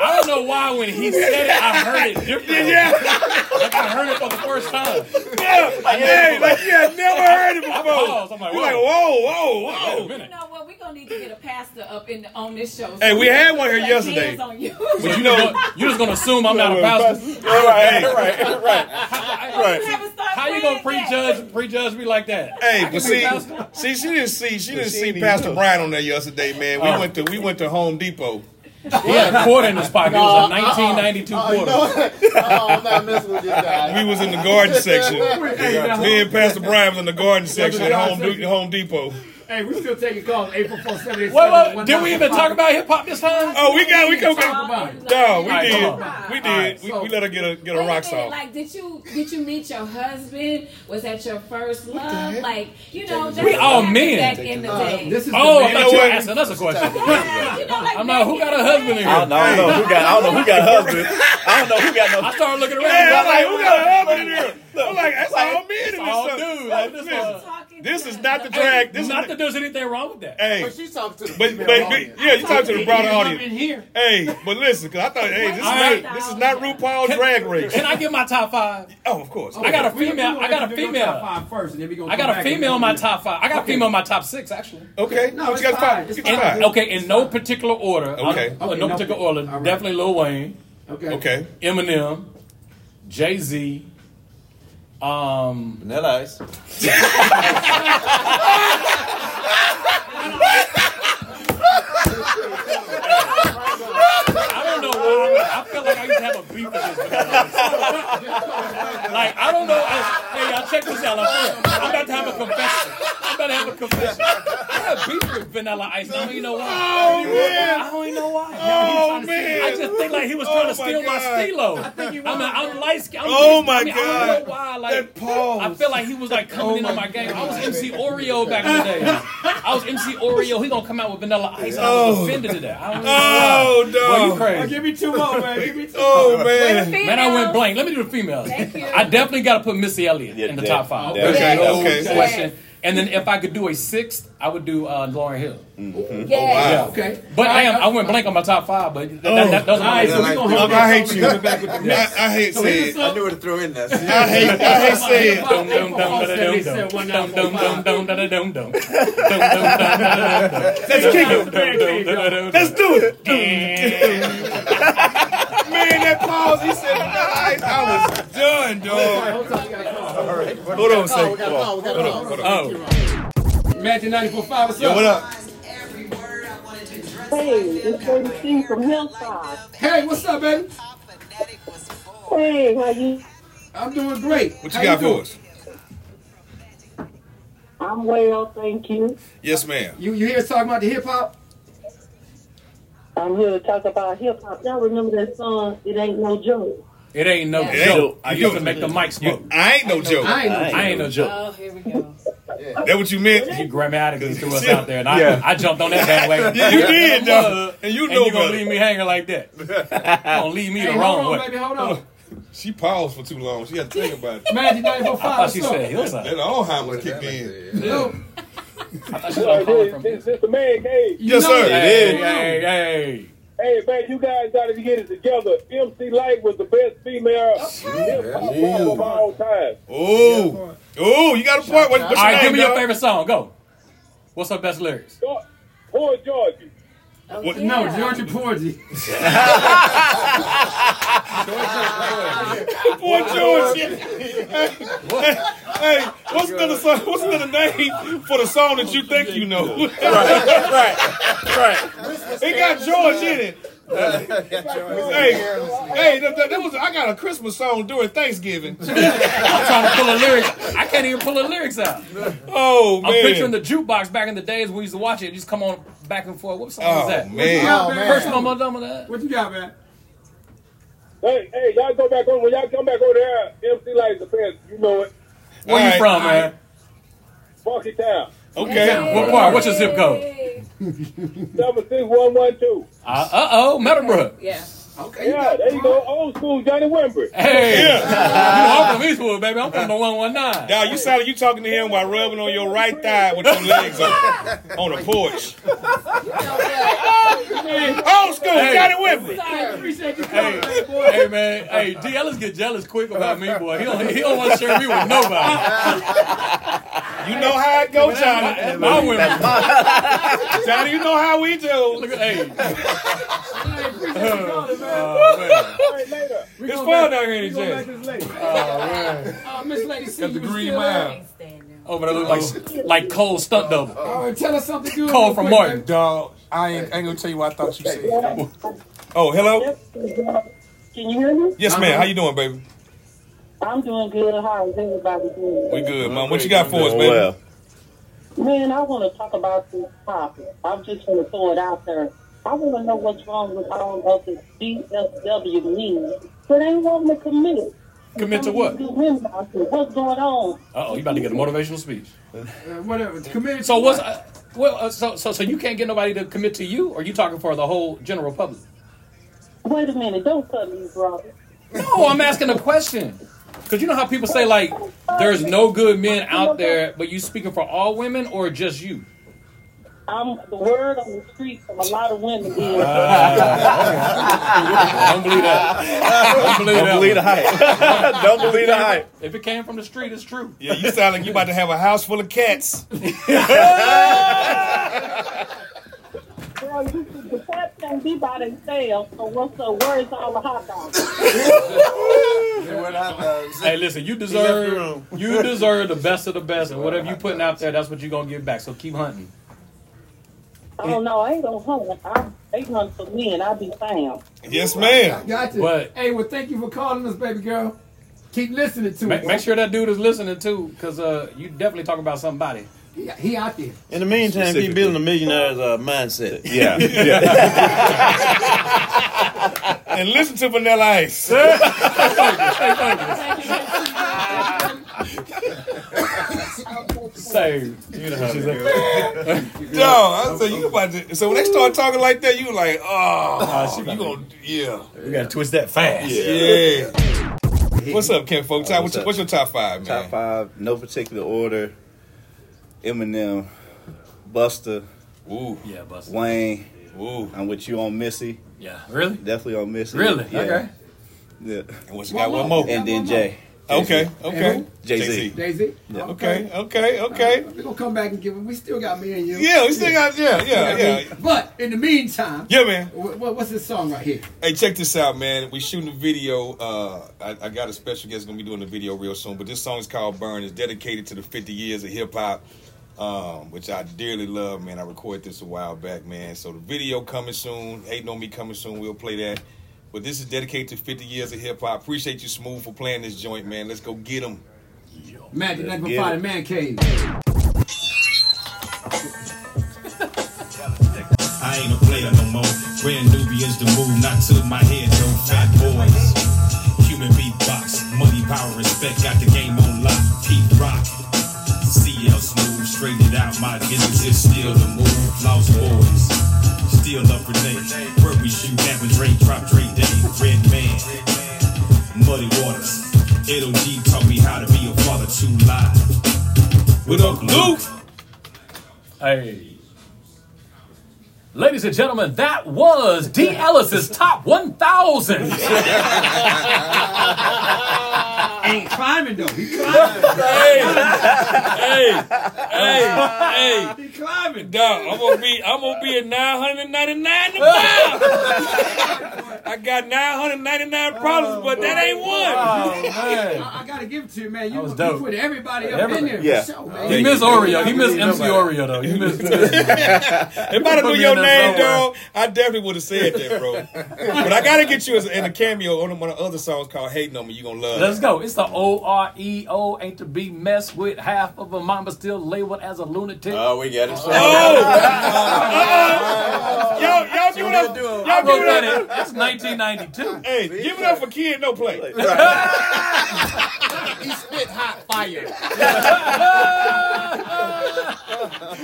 S1: I don't know why when he said it, I heard it differently.
S3: Yeah,
S1: Like I heard it for the first time.
S3: yeah. Hey, like you had never heard it before.
S1: paused. I'm like,
S3: You're
S1: whoa.
S3: like, whoa, whoa,
S1: Wait a
S3: whoa.
S12: You
S1: minute.
S12: know what? We're gonna need to get a pastor up in the, on this show.
S3: Hey, we had one here
S12: Put
S3: yesterday.
S12: hands on you.
S3: But you know,
S1: You're just gonna assume I'm not a pastor.
S7: Right. Right. Right.
S12: You
S7: Right.
S12: haven't started
S1: How you
S12: playing
S1: gonna
S12: yet.
S1: prejudge prejudge me like that?
S3: Hey, but see, see, she didn't see, she didn't
S7: she
S3: see
S7: ain't
S3: Pastor
S7: even-
S3: Brian on there yesterday, man. We
S1: Oh.
S3: went to, we went to Home Depot.
S1: He had a quarter in his pocket. It was a
S9: Nah, uh-uh.
S1: 1992
S3: Uh,
S9: Oh, you
S1: quarter.
S9: know what? Oh, I'm not messing with this guy.
S3: We was in the garden section.
S8: Hey, now,
S3: Me and Pastor Brian was in the garden section at
S8: garden
S3: Home, De- Home Depot.
S8: Hey, we still taking calls. April four seven eight.
S1: Wait, wait, did we even talk about hip hop this time?
S3: Oh, we got, we got,
S8: Talk about
S3: we
S8: it.
S3: dog, we
S8: All right,
S3: did,
S8: come on.
S3: we
S8: All right,
S3: did, we, we let her get a get a
S12: Wait minute,
S3: rock song.
S12: Like, did you did you meet your husband? Was that your first love? Like, you know, that's
S1: We
S12: what
S1: all
S12: happened
S1: Oh, men.
S12: back in the day.
S1: oh, I
S3: man-
S1: thought you
S3: You
S1: were
S3: know what?
S1: asking us a question. I'm not. Who got a husband in here?
S7: I don't, know- I don't know who got. I don't know who got husband. I don't know who got no.
S1: I started looking around.
S3: Yeah, I'm like,
S1: who
S3: who got a husband in here? I'm like, that's
S1: Like,
S3: all men in
S1: it's
S3: this.
S1: all
S3: sucker.
S1: dudes, like, this
S3: Listen,
S1: is-
S3: this is not the drag. This is
S1: not
S3: not the.
S1: that there's anything wrong with that.
S3: Hey,
S9: But she talked to the
S3: but but,
S9: female
S3: but
S9: audience.
S3: yeah, you talk to the broader audience.
S8: here.
S3: Hey, but listen, because I thought, hey, this is
S1: Alright.
S3: not this is not RuPaul's Drag Race.
S1: Can I give my top five?
S3: Oh, of course.
S1: I got a
S8: We- we
S1: female.
S8: gonna
S1: I got
S8: let
S1: a
S8: you do your top
S1: female.
S8: Five first, and then we gonna
S1: I
S8: come
S1: got a
S8: back and
S1: female
S8: go
S1: in my
S8: through.
S1: top five. I got a female in my top six actually.
S3: Okay,
S8: No,
S3: what
S8: it's
S3: you got
S8: fine.
S3: five?
S8: It's
S3: It's
S8: fine.
S3: five.
S1: Okay, in no particular order.
S3: Okay.
S1: I- uh,
S8: Okay,
S1: no particular
S8: no particular-
S1: order.
S8: all right.
S1: Definitely Lil Wayne,
S8: Okay.
S3: Okay.
S1: Eminem, Jay Z. Um,
S11: Vanilla Ice.
S1: I don't know why. I, I feel like I used to have a beef with this. guy. like I don't know. I, hey, y'all check this out. I'm, I'm about to have a confession. I'm about to have a confession. I have beef with Vanilla Ice. and I don't even know why.
S3: Oh, man.
S1: I don't even know why.
S3: Oh
S1: I
S3: man.
S1: just think like he was trying to
S3: Oh, my
S1: steal my
S3: God.
S1: stilo. I mean, I'm light skinned.
S3: Oh, my
S1: I mean, I don't
S3: God.
S1: know why.
S3: That Oh,
S1: Like,
S3: pause.
S1: I feel like he was like coming in on my game. I was MC Oreo back in the day. I was MC Oreo. He gonna come out with Vanilla Ice. and I was
S3: Oh.
S1: offended to that. I don't know why.
S3: Oh,
S1: Boy, you
S3: dog.
S8: Oh,
S1: crazy.
S8: give me two more, man. Give me two.
S3: Oh
S12: Wait,
S3: man.
S12: females?
S1: Man, I went blank. Let me do the females.
S12: Thank you.
S1: I definitely got to put Missy Elliott
S7: Yeah,
S1: in the
S7: that-
S1: top five.
S7: that-
S3: Okay,
S12: Yes.
S3: okay.
S12: Yes.
S1: Question. And then if I could do a sixth, I would do uh, Lauren Hill.
S12: Yes.
S1: Yeah.
S8: Okay.
S1: But I, am, I went blank on my top five, but that, that, that, those
S8: All right,
S1: are
S8: so
S1: my
S8: we gonna
S3: Dog,
S8: hold
S3: I
S8: that
S3: hate
S8: song.
S3: you. I,
S8: We coming back with the next.
S3: I hate
S8: So here's
S3: saying.
S8: the
S9: I
S8: song.
S9: knew where to throw in that.
S3: I hate. I hate saying.
S1: Dum, dum, dum, da, da, dum, dum. Dum, dum, dum, dum, da, da, dum, dum. Dum, dum, dum, da, da, dum, dum.
S3: Let's kick
S1: Dum, dum, dum,
S3: it.
S1: da, da, dum, dum.
S3: Let's do it. Man, that pause. He said, "Nice." I was done, dog.
S8: Hold on, we got a call.
S3: Hold on a
S9: We
S3: second.
S9: got a call. We got a
S1: Oh,
S9: call.
S8: Magic 94.5 is
S3: Yo, what
S8: up.
S3: up?
S10: Hey, it's Tracy from Hillside.
S8: Hey, what's up, baby?
S10: Hey, how you?
S8: I'm doing great.
S3: What
S8: How
S3: you got
S8: doing?
S3: for us?
S10: I'm well, thank you.
S3: Yes, ma'am.
S8: You you here talking about the hip hop?
S10: I'm here to talk about hip hop. Y'all remember that song? It ain't no joke.
S1: it ain't no
S3: It ain't-
S1: joke. I
S3: you-
S1: used to make the mic smoke.
S3: I ain't no joke.
S8: I ain't.
S1: I ain't no joke.
S12: Oh, here we go.
S3: That what you meant?
S1: He grammatically threw us out there, and I, I jumped on that bandwagon.
S3: Yeah, you did,
S1: And I'm
S3: dog.
S1: gonna-
S3: And you
S1: and
S3: know
S1: you gonna
S3: better.
S1: leave me hanging like that. you gonna leave me
S8: Hey,
S1: the
S8: hold
S1: wrong
S8: on,
S1: way.
S8: baby. Hold on.
S3: She paused for too long. She had to think about it.
S8: Magic 94.5.
S1: I thought she said
S3: That
S1: Hillside.
S3: Alzheimer's kicked in.
S8: Hello.
S1: I thought she was calling from Hillside.
S10: Mr. Man, hey,
S3: Yes, sir.
S8: It
S1: Hey, hey, hey.
S10: hey, man, you guys got to get it together. MC Light was the best female hip hop of all time.
S3: Oh, oh, you got a point. What, what's your
S1: All right,
S3: name,
S1: give me your
S3: dog?
S1: favorite song. Go. What's her best lyrics?
S10: Poor Georgie.
S3: What-
S8: No, Georgia Porgy.
S3: Boy George. yeah. hey, hey, what's another song? What's another name for the song that you think you know? right, right, right. It got George in it. hey, hey, that, that- that was I got a Christmas song during Thanksgiving.
S1: I'm trying to pull a lyric. I can't even pull the lyrics out.
S3: Oh
S1: I'm
S3: man,
S1: picturing the jukebox back in the days when we used to watch it. It just come on back and forth. What song
S3: oh
S1: was that?
S3: man,
S9: Oh, man.
S1: First one, my dumb that.
S8: What you got, man?
S10: Hey, hey, y'all go back on. When y'all come back over there, MC Light's the best. You know it.
S1: Where you
S3: All right.
S1: from, man?
S10: Funky Town.
S3: okay.
S1: What part? What's your zip code?
S10: 76112.
S1: Uh oh, Meadowbrook.
S12: Yeah.
S8: Okay. you
S10: Yeah,
S8: got-
S10: there you go. Old school Johnny Wimber.
S1: Hey,
S3: Yeah.
S1: you I'm from Eastwood, baby. I'm from the one one nine.
S3: Now you sounded you talking to him while rubbing on your right thigh with your legs on on the porch. Old school,
S1: Hey.
S3: got it with me.
S8: Appreciate you coming,
S1: Hey,
S8: boy.
S1: hey man, hey D. Ellis get jealous quick about me, boy. He don't, he don't want to share me with nobody.
S3: You know how it go, Johnny.
S1: My women,
S3: Johnny, you know how we do.
S1: look at hey.
S8: Hey, appreciate you calling, man.
S1: Oh, man.
S10: Right later.
S8: We
S3: It's fun
S8: going back-
S3: down here
S8: we
S3: in
S8: going
S3: Jay.
S8: back to this lady. Oh, Miss Lady C, you was still there?
S1: Over there oh, look like like Cole stunt double.
S8: All right, tell us something good.
S1: Call
S8: real
S1: from
S8: quick,
S1: Martin.
S8: baby.
S13: Dog, I ain't, I ain't gonna tell you what I thought you said.
S3: Oh, hello.
S10: Can you hear me?
S3: Yes, ma'am. How you doing, baby?
S10: I'm doing good. How is everybody doing?
S3: We good, mom. What you got for us, baby?
S7: Well,
S10: Man, I want to talk about this topic. I'm just going to throw it out there. I want to know what's wrong with all of this BFW league. But they ain't wanting to commit.
S1: Commit to what?
S10: These women out there, What's going on?
S1: Uh oh, you about to get a motivational speech.
S8: Uh, whatever. Commit.
S1: So what's uh, well? Uh, so so so you can't get nobody to commit to you, or you talking for the whole general public?
S10: Wait a minute. Don't cut me, brother.
S1: No, I'm asking a question. Because you know how people say like, there's no good men out there, but you speaking for all women or just you?
S10: I'm the word on the street from a lot of women is.
S1: Don't believe that. Don't believe,
S7: Don't
S1: that
S7: believe
S1: one.
S7: the hype. Don't believe the hype.
S1: If it came from the street, it's true.
S3: Yeah, you sound like you about to have a house full of cats.
S10: Girl, you should, the cat can't be by themselves. So what's the where's all the hot dogs?
S1: hey, listen, you deserve you deserve the best of the best, and whatever you putting out there, that's what you're gonna give back. So keep hunting.
S10: I don't know. Oh, I ain't gonna hunt. I, they hunt for me, and I be found.
S3: Yes, ma'am.
S8: Got you.
S1: But-
S8: hey, well, thank you for calling us, baby girl. Keep listening to
S1: Make,
S8: us.
S1: make sure that dude is listening too, because uh, you definitely talking about somebody.
S8: He, he out there.
S11: In the meantime, keep
S7: Specifically.
S11: building a millionaire's uh, mindset.
S7: Yeah. yeah.
S3: And listen to Vanilla Ice.
S1: So you know, how it goes.
S3: Yo, I said you about to. So when they start talking like that, you like, oh, you gonna, yeah,
S11: We gotta twist that fast.
S3: yeah. What's up, Ken Folk? Top- What's,
S7: What's up?
S3: what's your top five,
S7: Top
S3: man?
S7: five, no particular order. Eminem, Buster,
S3: Ooh,
S1: Yeah, bust.
S7: Wayne.
S3: ooh.
S7: I'm with you on Missy.
S1: Yeah, really.
S7: Definitely on Missy.
S1: Really?
S7: Yeah.
S1: Okay.
S7: Yeah.
S3: And what you got? One more.
S7: And then Jay.
S3: Okay, okay.
S7: Jay-Z.
S8: Daisy.
S7: Yeah.
S3: Okay, okay, okay.
S8: We're gonna come back and give it. We still got me and you.
S3: Yeah, we still got. Yeah,
S8: You know
S3: yeah,
S8: what I
S3: yeah.
S8: mean? But in the meantime,
S3: Yeah, man.
S8: wh- wh- what's this song right here?
S3: Hey, check this out, man. We shooting a video. Uh, I, I got a special guest gonna be doing the video real soon. But this song is called "Burn." It's dedicated to the 50 years of hip hop, um, which I dearly love, man. I recorded this a while back, man. So the video coming soon. Hating on me coming soon. We'll play that. But this is dedicated to 50 years of hip hop. Appreciate you, Smooth, for playing this joint, man. Let's go get them.
S8: Magic
S7: get
S8: Night Before
S7: it.
S8: the Man Cave.
S14: I ain't a player no more. Brand Nubians the move, not to my head, no fat boys. Human beatbox, money, power, respect, got the game on lock. Pete Rock, CL Smooth, straightened out my business, it's still the move. Lost boys, still up Renee. Where we shoot at when Drake drop Dre Day. Red man, muddy waters. LOG taught me how to be a father to live. With Uncle Luke.
S1: Hey. Ladies and gentlemen, that was D. Ellis's top 1,000.
S8: Ain't climbing though. He climbing.
S1: hey, hey,
S8: he climbing.
S1: dog. I'm gonna be, I'm gonna be at 999 tomorrow. I got 999 problems, but that ain't one.
S8: I, I gotta give it to you, man. You,
S1: was
S8: you
S1: dope.
S8: put everybody up
S1: Everybody.
S8: in there.
S7: Yeah.
S8: For sure, man.
S1: He missed Oreo. He missed MC Oreo though. He missed.
S3: If I'd have knew
S1: Put me
S3: your
S1: in there
S3: name,
S1: somewhere.
S3: dog, I definitely would have said that, bro. but I gotta get you as, in a cameo on one of the other songs called "Hating on Me." You gonna love.
S1: Let's
S3: it.
S1: go. It's the O R E O. Ain't to be messed with. Half of a mama still labeled as a lunatic.
S11: Oh, we got it.
S3: Y'all, y'all give it up.
S1: I
S3: Y'all give
S1: wrote
S3: it up.
S1: that in. That's 1992.
S3: Hey, give it up for Kid No Play.
S9: He spit hot fire.
S1: They over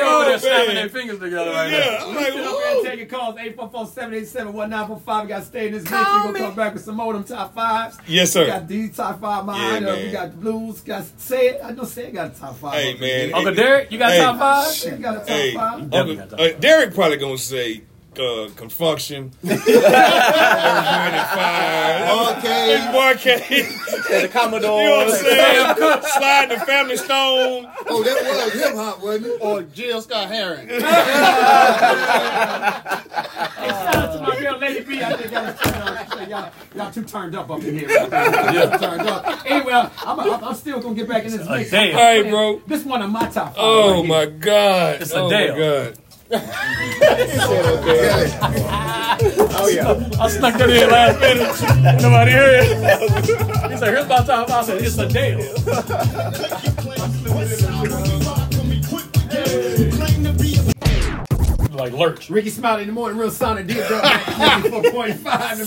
S1: there
S3: man.
S1: snapping their fingers together right now.
S3: Yeah, I'm like,
S8: Sit up there and
S3: woo.
S8: take your calls. 844-787-1945. We got to stay in this mix. We're going to come back with some more of them top fives.
S3: Yes,
S8: We
S3: sir.
S8: got these top five. My
S3: Yeah,
S8: honor.
S3: man.
S8: We got the blues. Got say it. I know say it got a top five.
S3: Hey, man.
S1: Uncle Derek, you got
S3: Hey.
S1: top five?
S8: Say it got a top
S3: Hey,
S8: five.
S1: definitely
S3: Uncle-
S1: got that.
S3: uh, Derek probably gonna say uh, confunction.
S9: Okay.
S3: Big boy K.
S7: The Commodore.
S3: You know what I'm saying? Slide the family stone.
S9: Oh, that was hip hop, wasn't it? Or Oh, Jill Scott Heron.
S8: Shout out to my girl Lady B. I think that was turned up. Y'all, y'all too turned up up in here. Y'all too turned up. Anyway, I'm, I'm, I'm still going to get back in this mix.
S1: Adele.
S3: Hey, bro.
S8: This one of my top five.
S3: Oh
S8: right
S3: my
S8: here.
S3: God.
S1: It's
S3: oh
S1: Adele.
S3: my God.
S1: I snuck that in last minute. Nobody heard it. He said, here's my top five. I said, it's a deal. like lurch.
S8: Ricky Smiley in the morning, real sonic deep drop. 4.5 the man.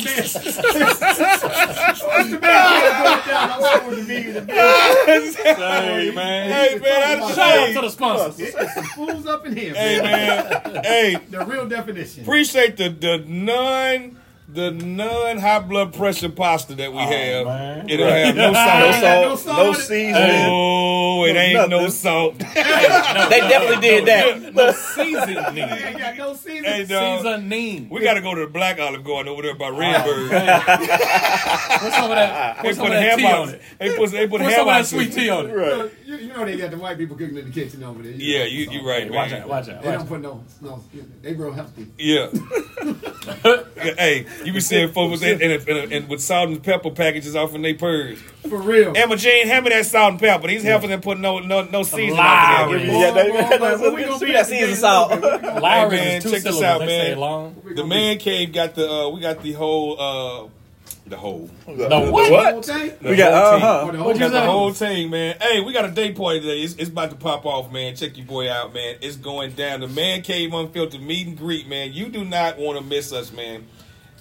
S8: It's the man going down. I'm going to be the man.
S3: Hey, man. Hey, man. I-
S8: Shout
S3: hey.
S8: out to the sponsors. It's some fools up in here.
S3: Hey, man. Hey.
S8: The real definition.
S3: Appreciate the the non the non high blood pressure pasta that we have. It don't have no
S7: Right. No
S3: salt,
S7: salt, no seasoning.
S3: Oh, it ain't no salt.
S7: They definitely did that.
S3: No seasoning.
S8: ain't got no season.
S3: Hey, dog.
S1: Seasoning.
S3: We got to go to the Black Olive Garden over there by Redbird.
S1: Put some of that. Oh,
S3: They
S1: Put some
S3: put
S1: of that
S3: ham
S1: tea on
S3: out.
S1: it.
S3: They put they
S1: Put
S3: put ham
S1: some of
S3: out.
S1: that sweet tea on it.
S8: Right. You, you know they got the white people cooking in the kitchen over there.
S3: Yeah, you you right.
S1: Watch
S3: man.
S1: out, watch out.
S8: They don't put no, no, they real healthy.
S3: Yeah. hey, you be seeing folks in, in, in, in, with salt and pepper packages off in their purse.
S8: For real.
S3: Emma Jane, hand me that salt and pepper. These heifers didn't put no no no seasoning.
S1: Lowry.
S3: off of that.
S1: Yeah, they-
S3: Hey,
S1: Lowry
S3: man,
S1: is two
S3: check this
S1: syllables.
S3: out,
S1: They say
S3: man.
S1: long.
S3: The man cave got the uh, we got the whole uh, the whole
S1: The The what? what?
S8: whole thing?
S3: The
S7: We got-
S3: whole team.
S7: uh-huh.
S3: We
S7: What'd you
S3: got the
S7: say?
S3: whole team, man. Hey, we got a day party today. It's, it's about to pop off, man. Check your boy out, man. It's going down. The man cave unfiltered meet and greet, man. You do not want to miss us, man.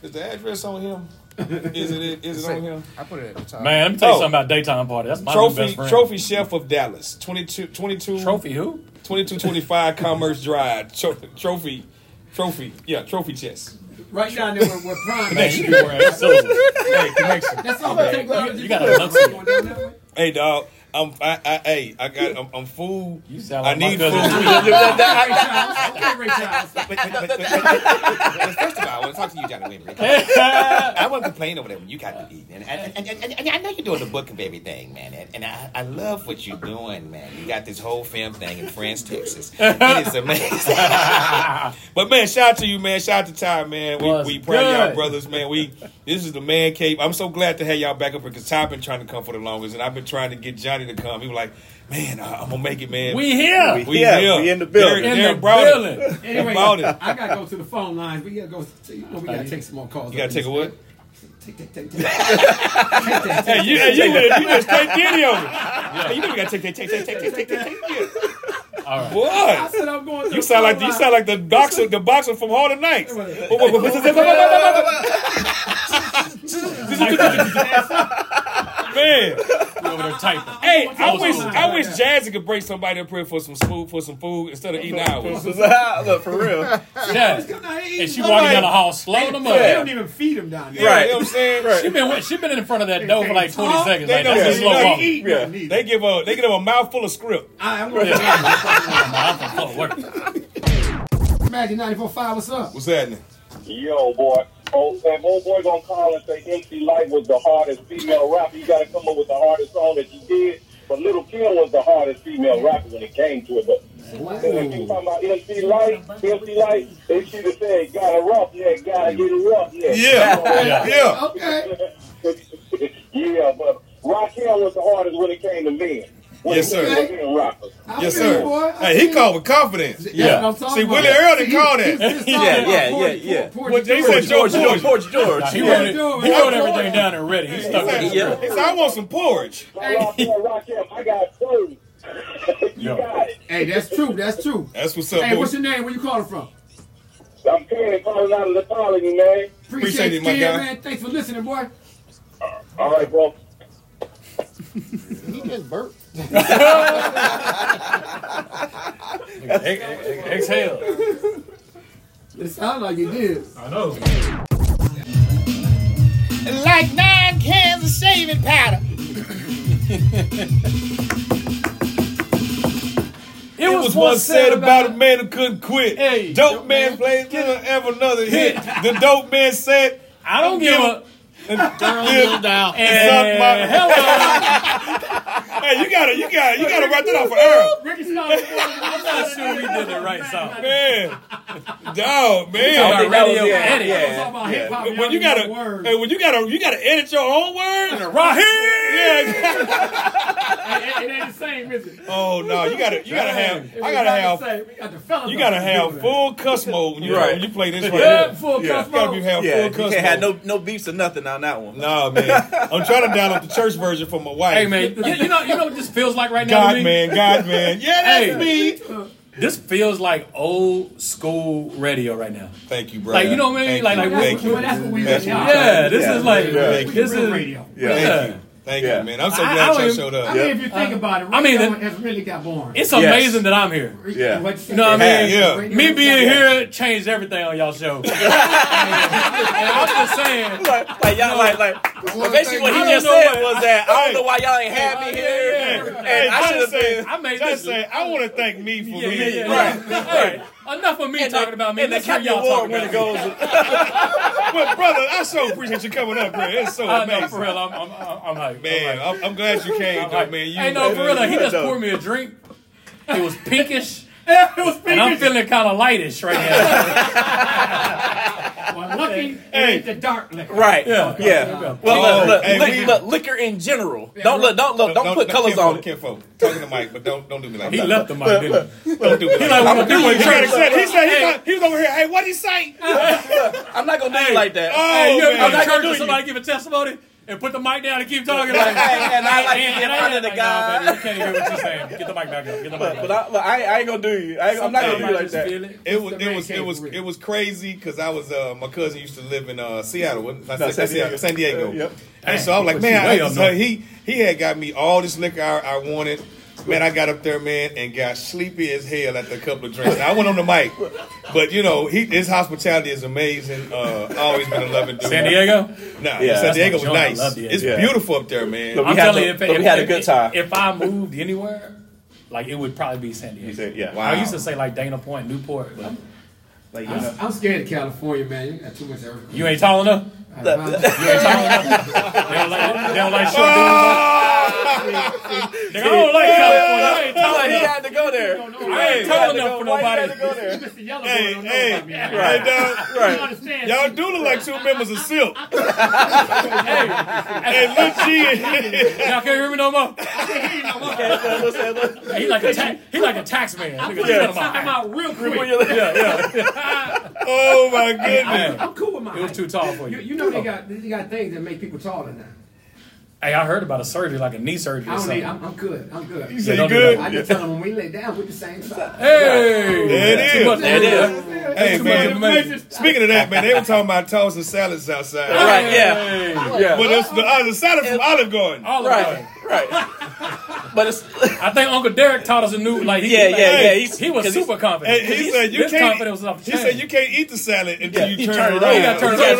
S3: Is the address on him? Is it is it on him?
S13: I put it at the top.
S1: Man, let me tell you
S3: Oh.
S1: something about daytime party. That's my new
S3: Trophy
S1: best friend.
S3: Trophy Chef of Dallas, 22, 22
S1: Trophy who?
S3: 2225 Commerce Drive. Tro- trophy, trophy, yeah, trophy chess.
S8: Right down there where, where Prime
S1: Man, you be wearing that scissors. Hey, connection.
S8: That's all the technology.
S1: You got a luxury.
S3: Hey, dog. I'm, I, I, hey, I got, I'm, I'm food. You
S1: sound
S3: I
S1: like my
S3: need food.
S1: cousin
S8: Okay, Ray Charles.
S3: First of all, I want to talk to you, Johnny Winbury. I want to complain over there when you got to eat. And, and, and, and, and I know you're doing the book of everything, man. And, and I, I love what you're doing, man. You got this whole film thing in France, Texas. It is amazing. but, man, shout out to you, man. Shout out to Ty, man. We, we proud of y'all
S1: good.
S3: brothers, man. We This is the man cave. I'm so glad to have y'all back up here because Ty been trying to come for the longest. And I've been trying to get Johnny to come. He was like, man, I- I'm going to make it, man.
S1: We here.
S3: We
S7: Yeah,
S3: here.
S7: we in the building.
S1: In
S3: Derek,
S1: the
S3: Derek brought
S1: building.
S3: it. He
S8: Anyway,
S3: brought it.
S8: I gotta go to the phone lines. We gotta go. To, you know, we gotta take some more calls.
S3: You gotta
S8: up
S3: take a
S8: in
S3: what?
S8: this- Take, take, take, take.
S3: Hey, you, hey, you, went, you went straight giddy on me. Hey, you know we gotta take, take, take, take, take, take, take, take, take.
S1: All right.
S8: I
S3: Boy,
S8: said I'm going. To
S3: you
S8: the
S3: sound
S8: phone
S3: like you
S8: lines.
S3: sound like the boxer, the boxer from Hall of Nights. Man,
S1: You over there typing.
S3: hey, I wish I wish Jazzy could break somebody up here for some food for some food instead of eating ours.
S7: Look, for real.
S1: Jazz.
S8: Come on,
S1: And she
S8: I'm
S1: walking
S8: like,
S1: down the hall, slowing them
S8: They
S1: up.
S8: don't even feed them down there.
S3: Yeah,
S7: Right.
S3: you know what I'm saying?
S1: She been she been in front of that door for like twenty seconds.
S3: They
S1: Like
S3: don't
S1: that's a
S3: even
S1: slow
S3: know
S1: walk.
S3: you eat.
S7: Yeah.
S3: They give a they give them a mouthful of script.
S8: I, I'm going to
S1: Oh, work.
S8: Magic 94.5, what's up?
S3: What's happening?
S15: Yo, boy. Old, if old boy gonna call and say MC Light was the hardest female rapper, you gotta come up with the hardest song that you did. But Little Kim was the hardest female rapper when it came to it. But if you talking about MC Light, MC Light, they should have said, got a rough neck, gotta get a rough neck.
S3: Yeah, yeah.
S8: Okay.
S15: yeah, but Raquel was the hardest when it came to men. When
S3: Yes,
S15: it came
S3: sir.
S15: to men rappers.
S8: I
S3: Yes,
S8: feel
S3: sir.
S8: you, boy. I
S3: Hey,
S8: feel
S3: he
S8: you.
S3: called with confidence.
S8: That's
S1: Yeah.
S8: what I'm talking
S3: See,
S8: about.
S3: Willie Earl didn't
S8: See,
S3: call
S8: he-
S3: that.
S8: he's just
S7: Yeah,
S8: talking
S7: yeah,
S8: about Porgy-
S7: yeah, yeah.
S8: Porgy
S3: What they
S8: George.
S3: said, George, George.
S7: George, George.
S1: Nah, he
S7: yeah.
S1: wrote it. He wrote everything down and ready. He stuck with it.
S7: Yeah.
S3: He said, I want some porridge.
S15: Raquel, Raquel, I got two. you
S1: Yo.
S15: got it.
S8: Hey, that's true. That's true.
S3: That's what's up,
S8: Hey,
S3: boy.
S8: what's your name? Where you calling from?
S15: I'm Kenny calling out of the colony, man.
S3: Appreciate it, my
S8: Ken,
S3: guy.
S8: man. Thanks for listening, boy.
S15: Uh, All right, bro.
S9: He just burped.
S1: Ex- ex- Exhale.
S8: It sounded like you did.
S1: I know.
S4: Like nine cans of shaving powder.
S1: It
S3: It was once said about a man who couldn't quit.
S1: Hey,
S3: dope man, plays little ever another hit. the dope man said,
S1: I don't give a.
S3: "Give
S1: down.
S3: suck my-"
S1: And hello.
S3: Hey, you gotta, you gotta, you gotta write that off for Earl,
S8: Ricky Smiley. I'm
S1: not sure we did the right song.
S3: man. Dog,
S1: Talking
S3: man.
S1: about radio
S7: yeah,
S1: edit.
S8: Talking about hip hop.
S3: When you gotta, hey, when you gotta, you gotta edit your own words.
S1: Raheem.
S3: Yeah.
S8: it, it ain't the same, is it?
S3: Oh no, you gotta, you gotta have,
S8: If
S3: I
S8: it's
S3: gotta
S8: not the
S3: have,
S8: same, we got the fellas
S3: you
S8: up
S3: gotta
S8: in the
S3: have
S8: building.
S3: full cuss mode when you,
S7: Right.
S3: when you play this right
S8: Yeah,
S3: here.
S8: full
S7: Yeah.
S8: cuss
S3: You gotta be
S8: mode.
S3: have
S7: Yeah,
S3: full
S7: you
S3: cuss
S7: can't
S3: mode.
S7: have no no beefs or nothing on that one.
S3: Nah, man. I'm trying to download the church version for my wife.
S1: Hey man, you, you know you know what this feels like right now. to
S3: God,
S1: me?
S3: man, God, man. Yeah, that's
S1: Hey.
S3: me.
S1: This feels like old school radio right now.
S3: Thank you, bro.
S1: Like you know what I mean?
S3: Thank
S1: like
S3: you.
S1: like
S3: Thank you. Thank you.
S1: Yeah, this
S3: Yeah.
S1: is like
S3: Thank you.
S1: this is
S3: Yeah. Thank you. Thank you, man. I'm so
S1: I- I
S3: glad
S1: don't
S3: y'all
S1: even-
S3: showed up.
S1: I
S9: I mean, if you think about it,
S1: Uh, I mean,
S9: radio
S1: it-
S9: has really got boring.
S1: It's amazing that I'm here.
S9: Yeah.
S1: You know what I mean?
S9: Yeah.
S1: Me being here changed everything on y'all show. and I'm just saying. Like, y'all, like, like,
S16: basically what he just said was that I don't know why y'all ain't had me here.
S1: Hey,
S16: And I
S1: Johnson
S16: should have
S1: said-
S16: been.
S1: I made
S16: Johnson
S1: this-
S16: said,
S3: I want to thank me for
S1: Yeah, yeah,
S16: being
S1: yeah.
S16: here."
S1: Right. right. Enough of me talking about me.
S16: and
S1: Let's
S16: the
S1: hear y'all
S16: Captain
S1: talk
S16: Award
S1: about goes.
S3: but brother, I so appreciate you coming up, man. It's so
S1: I know,
S3: amazing.
S1: Uh, for real, I'm, I'm, I'm, I'm hyped.
S3: Man, I'm, I'm glad you came, though, man. You,
S1: Hey, no, for real, though, he just
S3: No.
S1: poured me a drink. It was pinkish. it was pinkish. And I'm feeling kind of lightish right now.
S9: Well, lucky
S1: Hey.
S9: hey. the dark liquor.
S16: Right.
S1: Yeah.
S16: Yeah.
S1: Yeah.
S16: Well,
S3: Oh,
S16: look, look,
S3: hey,
S16: lick-
S3: we-
S16: look, liquor in general. Don't look. Don't look. Don't, put colors
S3: kinfolk,
S16: on it.
S3: Kinfolk, talking to Mike, but don't don't do me like
S1: He
S3: that.
S1: left the mic, didn't he?
S3: Don't do me
S1: He like,
S3: like that.
S1: what I'm doing,
S3: He got
S1: Trey.
S3: upset. He said he
S1: Hey.
S3: got- he was over here. Hey, what he say?
S16: I'm not gonna do you like that.
S1: Oh, hey, you ever
S16: I'm
S1: go to
S16: not
S1: church
S16: gonna
S1: and
S16: do you.
S1: somebody give a testimony and put the mic down and keep talking like
S16: Hey, and I like to get
S1: I-
S16: under the
S1: like,
S16: guy.
S1: nah, baby, we can't hear what you're saying. Get the mic back up. Get the mic back
S16: But
S1: up.
S16: I, but I, I ain't gonna do you. I ain't, I'm not gonna do you like that.
S1: It
S3: It was it was it was it was crazy because I was uh, my cousin used to live in uh, Seattle, wasn't it? I
S16: No,
S3: said
S16: San
S3: Seattle,
S16: Diego.
S3: San Diego.
S16: Uh, yep.
S3: And so I'm like,
S16: But
S3: man,
S16: you
S3: I,
S16: way up
S3: so
S16: north.
S3: he he had got me all this liquor I, I wanted. Man, I got up there, man, and got sleepy as hell after a couple of drinks. I went on the mic, but you know, he, his hospitality is amazing. Uh, always been a loving dude.
S1: San Diego?
S3: nah,
S1: Yeah.
S3: San Diego
S1: That's
S3: was
S1: my joint. I
S3: nice.
S1: love the
S3: It's
S1: area.
S3: beautiful up there, man.
S1: I'm telling you, if, if, if- If I moved anywhere, like it would probably be San Diego.
S3: yeah.
S1: I
S3: Wow.
S1: used to say like Dana Point, Newport, but like you, know,
S8: I'm, I'm scared of California, man. You got too much Erica.
S1: you ain't tall enough.
S8: you
S1: tall
S8: ain't
S1: enough. They don't like, they don't like short dudes. Nigga, I don't like California. I ain't tall
S16: Like, he
S1: enough.
S16: had to go there.
S1: I ain't tall enough for nobody.
S3: Hey, hey,
S1: Right.
S3: hey, dog.
S1: Right. You
S3: uh, Y'all do look like two members of Silk. hey, look, G.
S1: Y'all can't hear me no more. He like a ta- he like a tax man. Nigga,
S16: Yeah.
S1: yeah. talking about real quick.
S16: Yeah,
S1: yeah.
S3: oh my goodness.
S1: I'm cool with my. It was too tall for you.
S8: You, you know they got they got things that make people taller now.
S1: Hey, I heard about a surgery, like a knee surgery.
S8: I
S1: or
S8: don't
S1: something.
S8: need. I'm, I'm good. I'm good.
S1: You say you good?
S8: I just tell them when we lay down, we're the same size.
S1: Hey,
S3: There it
S1: Too
S3: is.
S1: much
S3: There it is.
S1: information.
S3: Hey
S1: Too much
S3: man,
S1: information.
S3: speaking of that, man, they were talking about tossing salads outside.
S1: Right, yeah. Yeah.
S3: But it's the other salad from Olive Garden.
S1: Olive Garden.
S16: Right. But it's.
S1: I think Uncle Derek taught us a new like. He,
S16: Yeah, yeah,
S1: like,
S16: yeah, he's-
S1: he was
S16: 'cause he's-
S1: super confident.
S3: Hey, he said you
S1: His
S3: can't.
S1: confidence was off the
S3: he
S1: chain.
S3: said you can't eat the salad until you, turn, it
S16: around.
S3: around.
S16: You gotta turn it around. You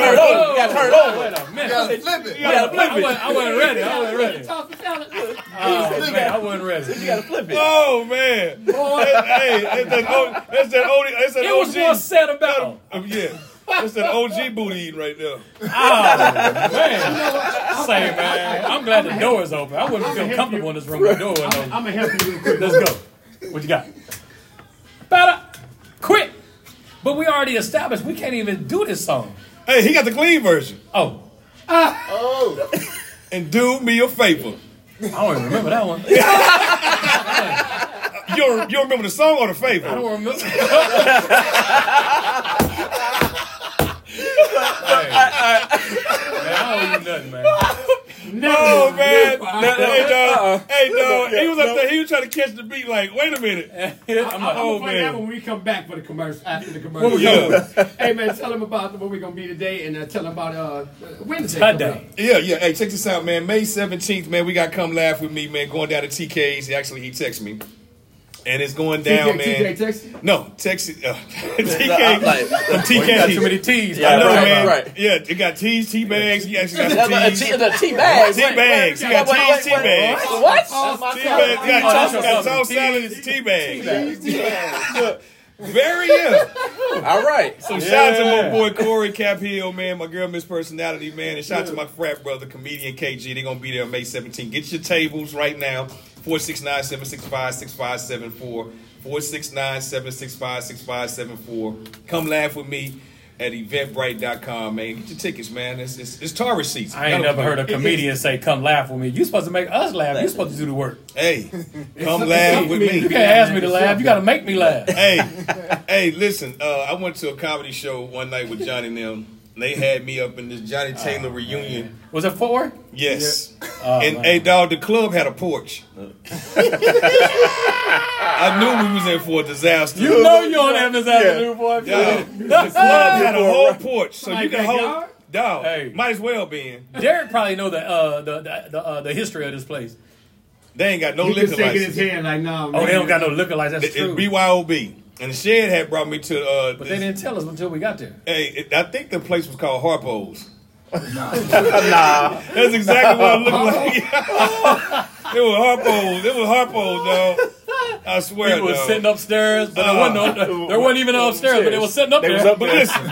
S16: gotta turn it over.
S1: Wait a minute.
S9: gotta flip it.
S1: I
S16: gotta flip
S1: wasn't-
S16: it.
S1: I wasn't ready. I wasn't ready. Oh, man, I wasn't ready.
S16: You gotta flip it.
S3: Oh man, That- hey, that's that old, that's that old, that's that
S1: It
S3: OG.
S1: was more said about.
S3: Um, yeah, that's that OG booty eating right now.
S1: Oh man, say man, I'm glad the door is open. I wouldn't feel comfortable in this room if the door wasn't open.
S9: I'm gonna help you real quick.
S1: Let's go. What you got? Better quit. But we already established we can't even do this song.
S3: Hey, he got the clean version.
S1: Oh,
S9: Oh,
S3: And do me a favor.
S1: I don't even remember that one.
S3: You don't, you don't remember the song or the favor?
S1: I don't remember. Man, I don't do nothing, man.
S3: Oh man,
S1: No,
S3: hey dog, hey dog,
S1: Uh-uh. Yeah,
S3: he was up
S1: no.
S3: there. He was trying to catch the beat. Like, wait a minute.
S1: I'm like,
S3: oh
S1: oh,
S9: play that
S3: man,
S9: when we come back for the commercial after the
S3: What
S9: commercial.
S3: was that?
S9: hey man, tell them about what we're gonna be today, and uh, tell them about uh, Wednesday.
S1: Touchdown.
S3: Yeah, yeah. Hey, check this out, man. May 17th, man, we got Come Laugh With Me, man, going down to TK's. Actually, he texted me. And it's going down,
S9: TK,
S3: man.
S9: TK text you?
S3: No, text uh, TK.
S16: I'm like-
S3: from TK.
S1: got too many T's.
S3: I know,
S16: right,
S3: man.
S16: right.
S3: Yeah, it got tees, tea bags. He actually
S16: Yeah,
S3: got
S16: but a
S3: some
S16: tea,
S3: tees.
S16: the tea bags.
S3: Tea
S16: Wait, wait,
S3: bags.
S16: wait,
S3: You got
S16: wait,
S3: teas,
S16: wait,
S3: tea
S16: wait.
S3: bags.
S16: What?
S3: Tea bags. You
S1: Oh,
S3: got
S1: that's
S3: toast,
S1: your
S3: got
S1: cousin.
S3: toast salad and tea bags.
S16: Tea bags.
S3: Very ill.
S16: All right.
S3: So shout out
S1: Yeah.
S3: to my boy Corey Cap Hill, man, my girl Miss Personality, man, and shout out to my frat brother, comedian KG. They're gonna be there on May 17th. Get your tables right now. 469-765-6574. 469-765-6574. Come laugh with me at eventbrite.com, man. Get your tickets, man. It's it's, it's tar receipts.
S1: I ain't never heard a comedian say, "Come laugh with me." You supposed to make us laugh. You supposed to do the work.
S3: Hey, come laugh with me.
S1: You can't ask me to laugh. You got to make me laugh.
S3: hey, hey, listen. Uh, I went to a comedy show one night with Johnny and them, They had me up in this Johnny
S1: Ah,
S3: Taylor reunion.
S1: Was it four?
S3: Yes.
S1: Oh,
S3: and
S1: man.
S3: hey, dog, the club had a porch. I knew we was in for a disaster.
S1: You know you don't have this avenue, boy.
S3: Yeah. The club had a whole porch, so you can hold. Dog, might as well be in.
S1: Derek probably know the uh, the the, the, uh, the history of this place.
S3: They ain't got no liquor license.
S1: oh, they don't got no liquor license. That's
S3: It-
S1: true.
S3: It's BYOB. And the shed had brought me to. Uh,
S1: but they didn't tell us until we got there.
S3: Hey, it, I think the place was called Harpo's. nah, that's exactly what it looked like. it was Harpo's. It was Harpo's, dog. I swear.
S1: People was
S3: dog.
S1: sitting upstairs, Uh, but there wasn't no- there wasn't even no upstairs, but they was sitting up
S3: uh, They
S1: there.
S3: was up there. But listen,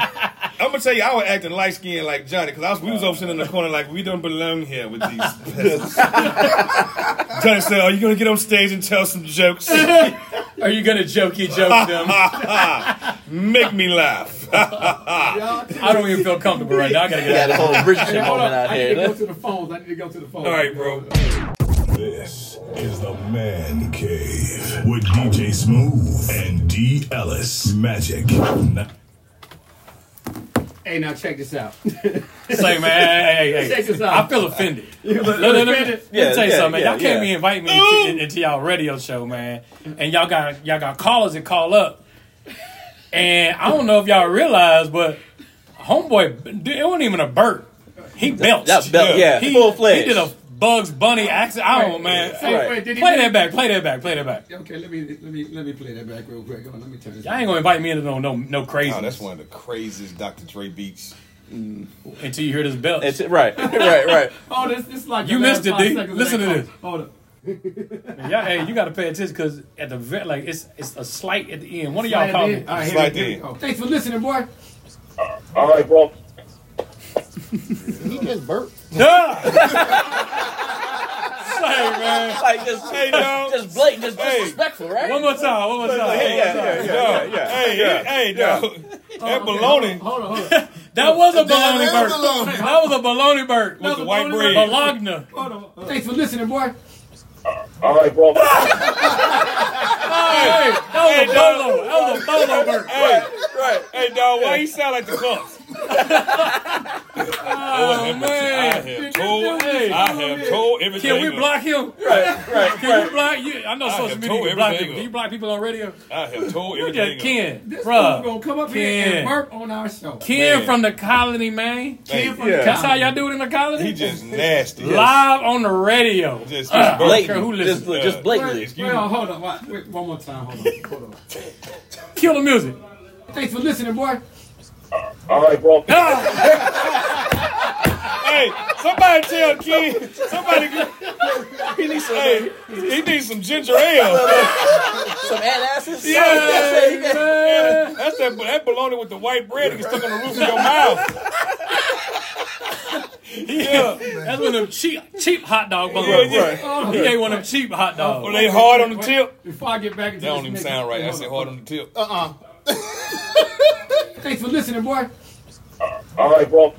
S3: I'm gonna tell you, I was acting light skinned like Johnny because I was we was over sitting in the corner like we don't belong here with these. peasants." Johnny said, "Are you gonna get on stage and tell some jokes?
S1: Are you gonna jokey joke
S3: them? Make me laugh."
S1: I don't even feel comfortable right now. I gotta get out of here.
S8: Hey, hold up. I need to go to the phones. I need to go to the phones.
S1: All
S3: right, bro.
S17: This is the Man Cave with DJ Smooth and D. Ellis Magic.
S3: Oh,
S17: Ni-
S8: Hey, now check this out.
S1: Say, man, hey, hey, hey.
S8: Check this out.
S1: I feel offended.
S8: You
S1: let,
S8: look
S1: let- let-
S8: offended?
S1: let me tell you
S8: Yeah,
S1: something, man.
S8: yeah,
S1: y'all can't
S8: yeah.
S1: be inviting me into, in- into y'all radio show, man. And y'all got y'all got callers that call up. And I don't know if y'all realize, but homeboy, dude, it wasn't even a burp. He belched.
S11: that belch, yeah,
S1: He,
S11: full-fledged.
S1: He did a Bugs Bunny accent. I don't know, man.
S8: Right.
S1: Hey,
S8: Right. Did he
S1: Play
S8: do-
S1: that back. Play that back. Play that back.
S8: Okay, let me let me let me play that back real quick. Hold on, let me turn this.
S1: Y'all ain't gonna invite me into no no no crazy.
S3: Oh, that's one of the craziest Dr. Dre beats.
S1: Until you hear this belt.
S11: right,
S1: right, right.
S8: Oh, this this like
S1: You
S8: the last
S1: missed it,
S8: five
S1: D.
S8: seconds of
S1: Listen
S8: that
S1: to
S8: song.
S1: this.
S8: Hold up.
S1: Yeah, hey, you got to pay attention because at the very, like it's it's a slight at the end. One of y'all
S8: Slide it
S1: called
S8: in.
S1: me.
S8: All right, here we- here we go. Thanks for listening, boy.
S18: All right, bro.
S19: He just burped.
S1: Hey man,
S11: like just
S3: hey, dog.
S11: just blatant, just disrespectful, right?
S1: One more time. One more time.
S11: Hey, yeah, yeah, yeah, yeah, yeah.
S3: Hey, hey,
S11: yeah.
S3: dog. That baloney.
S8: Hold on, hold
S1: on. That was a
S8: That
S1: baloney
S8: is
S1: bird.
S8: baloney.
S1: That was a baloney bird.
S8: That was a baloney bird.
S1: Bologna.
S8: Thanks for listening, boy.
S18: All right, bro.
S1: Hey, that was a bolo. That was a bolo bird.
S3: Hey, right. Hey, dog, why you sound like the Bucks?
S1: Oh man.
S3: told,
S1: Hey.
S3: I have told everything.
S1: Can we block him? Right, right. Can you block you? I know
S3: I
S1: social
S3: have
S1: media.
S3: told
S1: Can block
S3: everything
S1: people. Can you block people on radio?
S3: I have told
S1: You
S3: everything.
S1: just Ken,
S8: This
S1: bruh.
S8: fool gonna come up here
S1: Ken.
S8: and burp on our show.
S1: Ken
S3: Man.
S1: from the colony, man.
S3: Ken
S1: Ken
S3: Hey,
S1: from
S3: from
S1: the
S3: the
S1: That's how
S3: colony.
S1: y'all do it in the colony?
S3: He just nasty.
S1: Live on the radio.
S3: Just,
S1: Uh, I don't
S3: blatant.
S1: care who listens.
S3: Just- just
S8: Well, well, hold on. Wait, wait, one more time. Hold on. Hold on.
S1: Kill the music.
S8: Thanks for listening, boy.
S18: All right, bro.
S3: Hey, somebody tell Ken. Somebody. he needs some. Hey, he needs some ginger ale.
S11: Some asses.
S3: Yeah, yeah, that's that. That bologna with the white bread that gets stuck on the roof of your mouth.
S1: Yeah. That's one of them cheap, cheap hot dog buns. Oh,
S3: Yeah, yeah.
S1: He ain't one of them cheap hot dogs.
S3: Well, they hard on the
S8: Wait,
S3: tip.
S8: Before I get back
S3: That
S8: into
S3: don't even
S8: this nigga-
S3: sound right. I said
S8: Hold
S3: hard on the tip.
S8: on. Uh-uh. Thanks for listening, boy.
S18: All right, bro.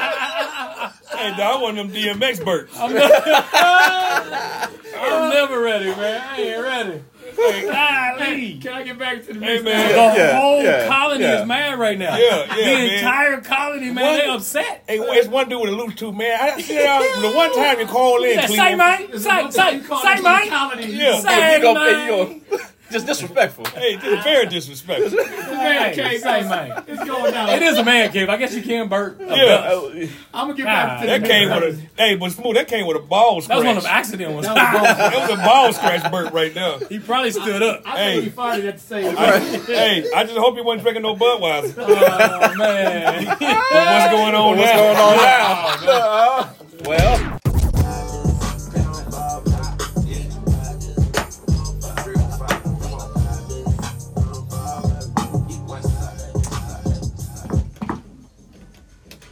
S3: Hey, dog, I want them DMX burps.
S1: I'm, not- I'm never ready, man. I ain't ready. Golly.
S8: Can I get back to the
S1: Hey,
S8: music?
S1: man, the whole colony is mad right now.
S3: Yeah, yeah,
S1: The
S3: man.
S1: entire colony, man,
S3: One-
S1: they upset.
S3: Hey, it's one dude with a loose tooth, man. I see that the one time you call in,
S1: Yeah, say,
S3: Cleveland.
S1: mate. Say, say, say, mate.
S3: Yeah.
S1: Say,
S11: You gonna-
S1: mate.
S11: you Just disrespectful.
S3: Hey, this is very disrespectful.
S8: Man,
S1: Hey,
S8: cave,
S1: say,
S8: man.
S1: mate.
S8: It's going down.
S1: It is a man cave. I guess you can burp. a
S3: Yeah.
S1: belt.
S8: I'm gonna get
S1: Nah,
S8: back to the
S3: Ah, That
S8: music.
S3: came with a hey, but smooth. That came with a ball
S1: That
S3: scratch.
S1: was one of the accident ones.
S3: That was a ball scratch burp right there.
S1: he probably stood up.
S8: I think
S3: Hey.
S8: we fired it at the same
S3: I-
S8: time.
S3: hey, I just hope you wasn't drinking no Budweiser. But
S1: Oh, man.
S3: what's going on
S11: What's
S3: now?
S11: going on now?
S3: Well,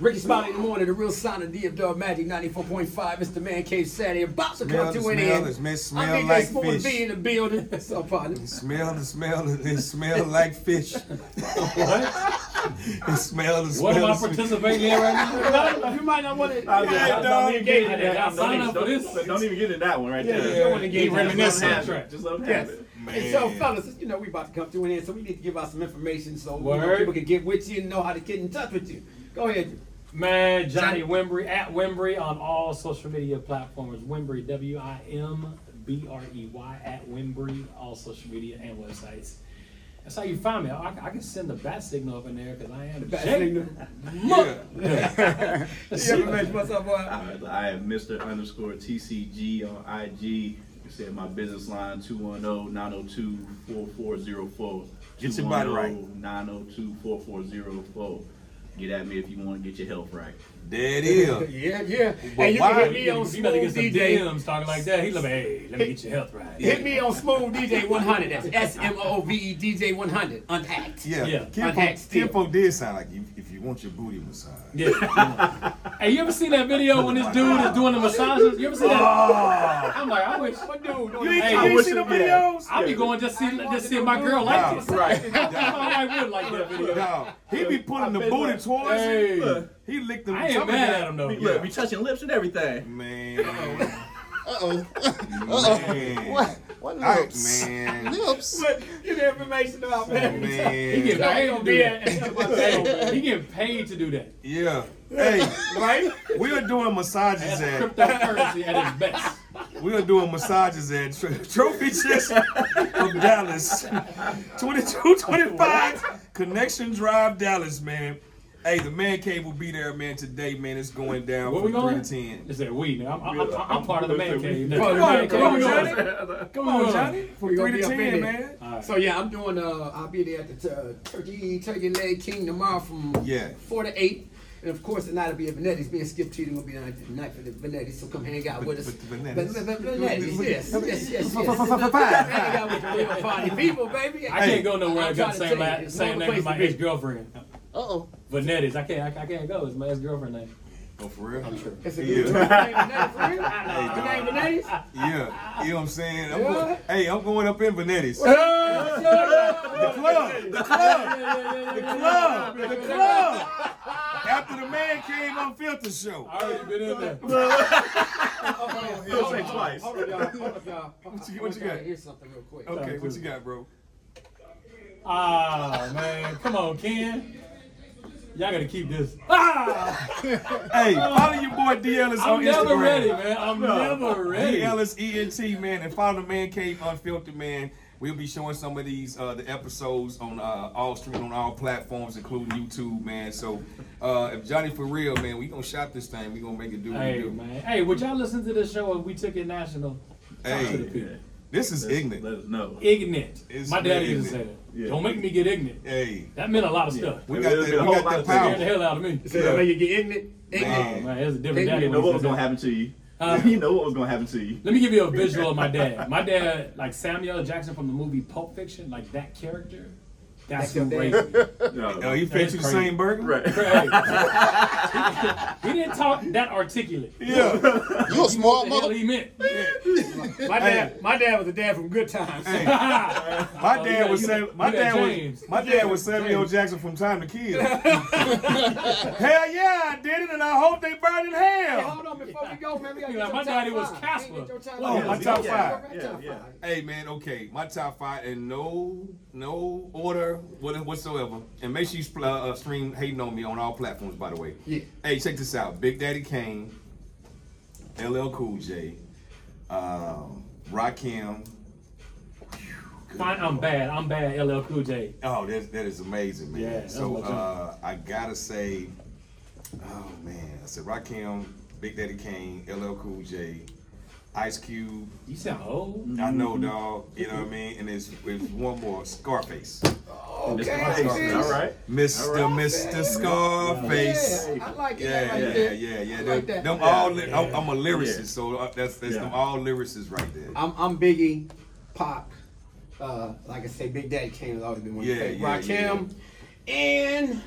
S8: Ricky Smiley in the morning, the real sign of DFW Magic 94.5. It's the Man Cave Saturday. About to
S19: Smell
S8: come
S19: the
S8: to an
S19: smell,
S8: end.
S19: it smell,
S8: I
S19: smell
S8: think
S19: like
S8: that's supposed to be
S19: fish.
S8: in the building. That's our partner.
S19: Smell the smell, it smell like fish.
S8: What?
S19: It smells.
S1: What am I participating in right now?
S9: you might not want it.
S1: I'm not- I'm not engaged in that.
S20: Don't
S1: I'm signing
S20: even-
S1: up for this.
S20: Don't don't even get in that one right
S1: Yeah,
S20: there.
S1: yeah. Don't wanna get
S20: Just let 'em
S1: reminiscent.
S20: have it. Just let 'em have
S8: Yes.
S20: it.
S8: And so, fellas, you know, we about to come through in here, so we need to give out some information so you know,
S1: Word.
S8: people can get with you and know how to get in touch with you. Go ahead.
S1: Man, Johnny Wimbry at Wimbry on all social media platforms. Wimbry, W I M B R E Y at Wimbry, all social media and websites. That's how you find me. I, I can send the bat signal up in there because I am the
S8: bat
S1: signal.
S8: You ever mention myself, boy?
S20: I, I am Mr. Underscore TCG on IG. It said my business line oh, 210-902-4404.
S19: Get your body right.
S20: oh, 210-902-4404. Get at me if you want to get your health right.
S19: There it is.
S9: Yeah, yeah.
S20: But
S9: and you
S20: why-
S9: can hit me on
S20: You
S9: Smooth
S20: better get some
S9: DJ.
S20: DMs
S1: talking like that. He like, hey, let me get your health right.
S8: Hit me on Smooth DJ 100. That's S M O V E DJ 100. Unhacked.
S3: Yeah, yeah.
S8: Unhacked
S3: Kenpo,
S8: still.
S3: Kenpo did sound like you, if you want your booty massage.
S1: Hey, you ever seen that video when this dude is doing the massages? You ever seen that?
S3: Oh.
S1: I'm like, I wish. What dude?
S3: You ain't- you ain't seen the videos?
S1: I'll be going just see just see if my girl likes it.
S3: No, right.
S1: I would like that video.
S3: No, he be putting the booty towards
S1: Hey.
S3: you. He licked the.
S1: I ain't
S3: Somebody
S1: mad
S3: got-
S1: at him, though.
S3: Yeah.
S20: Look, be touching lips and everything.
S3: Man.
S9: Uh-oh.
S3: Man.
S9: What? What
S3: I-
S9: lips?
S3: man.
S9: Lips.
S8: What? Get the information out, man.
S1: He
S3: Man.
S1: get paid to
S8: gonna
S1: do
S8: be
S1: that. Hey, He get paid to do that.
S3: Yeah. Hey,
S8: right?
S3: We are doing massages at.
S1: Cryptocurrency at its best.
S3: We are doing massages at Tro- Trophy Chest of Dallas. 2225 Connection Drive, Dallas, man. Hey, the man cave will be there, man, today, man. It's going down
S1: Where we
S3: from 3
S1: going?
S3: to 10.
S1: Is that we, man? I'm, I'm, I'm, I'm part of the man cave.
S8: Come on, come on, Johnny.
S1: Come on, Johnny.
S8: We gonna
S3: three
S8: be
S3: to
S8: up in
S3: 10,
S8: it.
S3: man.
S1: All right.
S8: So yeah, I'm doing. Uh, I'll be there at the uh, Turkey Turkey Leg King tomorrow from
S3: Yeah.
S8: four to eight, and of course tonight will be at Benetti's. Me and Skip Cheating will be down at the night for the Benetti's. So come hang out with us.
S3: Benetti's.
S8: Ben- ben- ben- Benetti's, Yes, yes, yes, yes.
S3: F- f- f- f- f-
S8: Hang out with the real party people, baby.
S1: I can't go nowhere
S8: I'm
S1: and got the
S8: trying to
S1: same, la- same name
S8: tell you, it's another
S1: as
S8: place
S1: my
S8: to be.
S1: ex girlfriend.
S9: Uh-oh.
S1: Vanettis. I can't, I, I can't go. It's my ex girlfriend name.
S3: Oh, for real? I'm
S1: sure.
S8: It's a
S3: Yeah.
S8: good joint. Benetti's, for real? The name Benetti's?
S3: Yeah, you know what I'm saying? I'm
S8: Yeah.
S3: going, hey, I'm going up in Benetti's. The club, the club, the club, the club. After the man came on filter show.
S1: I already been in there.
S20: Don't say twice.
S8: Hold up, y'all. Hold up, y'all.
S3: What you-
S8: I want
S3: what you
S8: y'all to
S3: got?
S8: Hear something real quick.
S3: Okay, what you got, bro?
S1: Ah, man. Come on, Ken. Y'all gotta keep this. Ah!
S3: Hey, follow your boy D Ellis
S1: I'm
S3: on Instagram.
S1: never ready, man. I'm never ready.
S3: D Ellis E N T man, and follow the man cave unfiltered man. We'll be showing some of these uh, the episodes on uh, all streaming on all platforms, including YouTube, man. So uh, if Johnny for real, man, we gonna shop this thing. We gonna make it do what
S1: Hey,
S3: we do.
S1: man. Hey, would y'all listen to this show if we took it national? Talk to the
S3: Hey,
S1: people.
S3: this is ignorant.
S20: Let us know.
S1: Ignorant.
S3: It's
S1: My daddy used to say
S3: ignorant.
S1: that.
S3: Yeah.
S1: Don't make me get ignorant.
S3: Hey,
S1: That meant a lot of
S3: Yeah.
S1: stuff.
S3: We got that- we got that power.
S1: Scared the hell out of me.
S3: Yeah.
S8: Make you get ignorant.
S1: Oh, man, that's a different daddy.
S20: You know what was gonna happen to you. You know what was gonna happen to you.
S1: Um, Let me give you a visual of my dad. My dad, like Samuel L. Jackson from the movie Pulp Fiction, like that character. That's who
S20: That's your
S1: raised me.
S20: dad. No.
S3: Oh, he
S1: That
S3: fed
S1: is
S3: you the
S1: crazy.
S3: same burger? Right.
S1: He didn't talk that articulate.
S3: Yeah.
S9: You a
S1: What
S9: smart
S1: the hell
S9: mother.
S1: he meant?
S8: My dad, my dad was a dad from Good Times.
S3: My
S1: Oh, you
S3: dad
S1: got-
S3: was
S1: you got-
S3: Sam, my
S1: you got
S3: dad was
S1: James.
S3: my dad was Samuel Jackson from Time to Kill. hell yeah, I did it, and I hope they burn in
S8: Hey,
S3: hell.
S8: hold on before we go, man. We gotta
S1: You know,
S8: get your
S1: my
S8: top
S1: daddy was
S8: five.
S1: Casper.
S8: Get your top
S3: Oh,
S8: five.
S3: my top
S8: Yeah,
S3: five.
S8: yeah, top five.
S3: Hey man, okay, my top five in no no order what- whatsoever, and make sure you spl- uh, uh, stream hating on me on all platforms. By the way,
S8: Yeah.
S3: Hey, check this out: Big Daddy Kane, LL Cool J, um, Rakim.
S1: Fine, I'm bad. I'm bad. LL Cool J.
S3: Oh, that that is amazing, man.
S1: Yeah, that's
S3: so
S1: my jam.
S3: uh, I gotta say, oh man, I said Rakim, Big Daddy Kane, LL Cool J, Ice Cube.
S1: You sound old.
S3: I know, dog. You know what I mean? And it's, it's one more Scarface.
S20: Okay, all right.
S3: Mr. Mr. Scarface.
S8: Yeah, I like it. I
S3: Yeah,
S8: like
S3: yeah, yeah,
S8: that.
S3: yeah, yeah.
S8: I
S3: Them,
S8: like that.
S3: them
S8: Yeah,
S3: all. Li-
S8: yeah.
S3: I'm, I'm a lyricist, so uh, that's that's them all lyricists right there.
S8: I'm, I'm Biggie, Pop. Uh, like I say, Big Daddy Kane has always been one of
S3: Yeah,
S8: the favorites.
S3: yeah, yeah.
S8: Rakim, and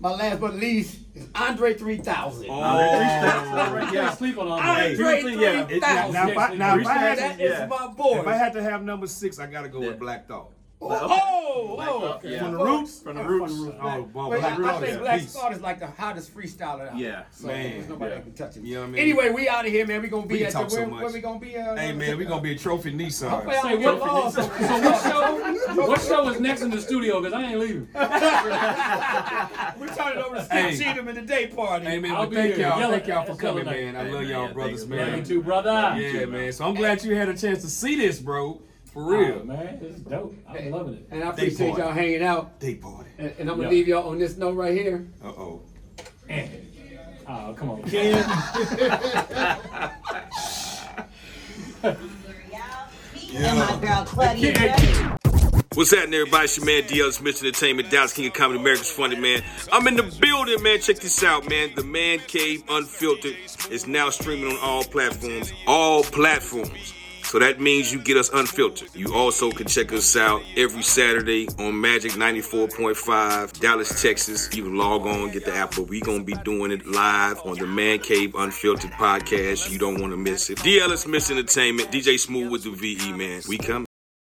S8: my last but least is Andre 3000.
S3: Oh,
S1: Yeah, sleep on all
S8: Andre
S1: that.
S3: Hey,
S8: 3000.
S3: It's- now, if I- now, if I had-
S8: that is
S3: yeah.
S8: my boy.
S3: If I had to have number six, I gotta go with Black Thought.
S8: Oh,
S11: oh,
S8: okay.
S11: From the roots? From the roots.
S8: Oh,
S11: Oh,
S8: boy,
S11: boy,
S8: Wait,
S11: from
S8: I,
S11: the
S8: I
S11: roots,
S8: think
S11: yeah.
S8: Black
S11: Peace.
S8: Star is like the hottest freestyler out.
S11: Yeah,
S8: so
S11: man,
S8: there's nobody
S11: yeah.
S8: that can touch it.
S11: You know what I mean?
S8: Anyway, we out of here, man. We gonna be
S11: We can
S8: at
S11: talk
S8: the
S11: so
S8: where,
S11: much.
S8: where we gonna be? Uh,
S21: Hey man, we gonna be a trophy Nissan.
S8: Hopefully I don't get lost.
S1: So what show? What show is next in the studio? Because I ain't leaving.
S8: we turn it over to Steve
S1: Hey.
S8: Cheatham in the day party.
S21: Hey man,
S1: I'll
S21: but
S1: be
S21: thank
S1: here.
S21: y'all,
S1: Yellow
S21: thank y'all for
S1: Knight.
S21: coming,
S1: Yellow
S21: man. I
S1: Knight.
S21: love
S1: Hey,
S21: y'all,
S1: man,
S21: brothers,
S1: thank you,
S21: man.
S1: man. You too, brother.
S21: Yeah,
S1: You too,
S21: man.
S1: man.
S21: So I'm glad you had a chance to see this, bro. For real,
S1: Oh, man, it's dope. I'm loving it.
S8: And I appreciate y'all hanging out.
S21: Day party.
S8: And, and I'm gonna
S1: Yeah.
S8: leave y'all on this note right here.
S21: Uh oh.
S1: Oh, come on,
S8: Ken.
S3: What's happening, everybody? It's your man DL's Mr. Entertainment, Dallas King of Comedy, America's Funny Man. I'm in the building, man. Check this out, man. The Man Cave Unfiltered is now streaming on all platforms. All platforms. So that means you get us unfiltered. You also can check us out every Saturday on Magic 94.5, Dallas, Texas. You can log on, get the app, but we going to be doing it live on the Man Cave Unfiltered podcast. You don't want to miss it. DLS Miss Entertainment, DJ Smooth with the VE, E, man. We coming.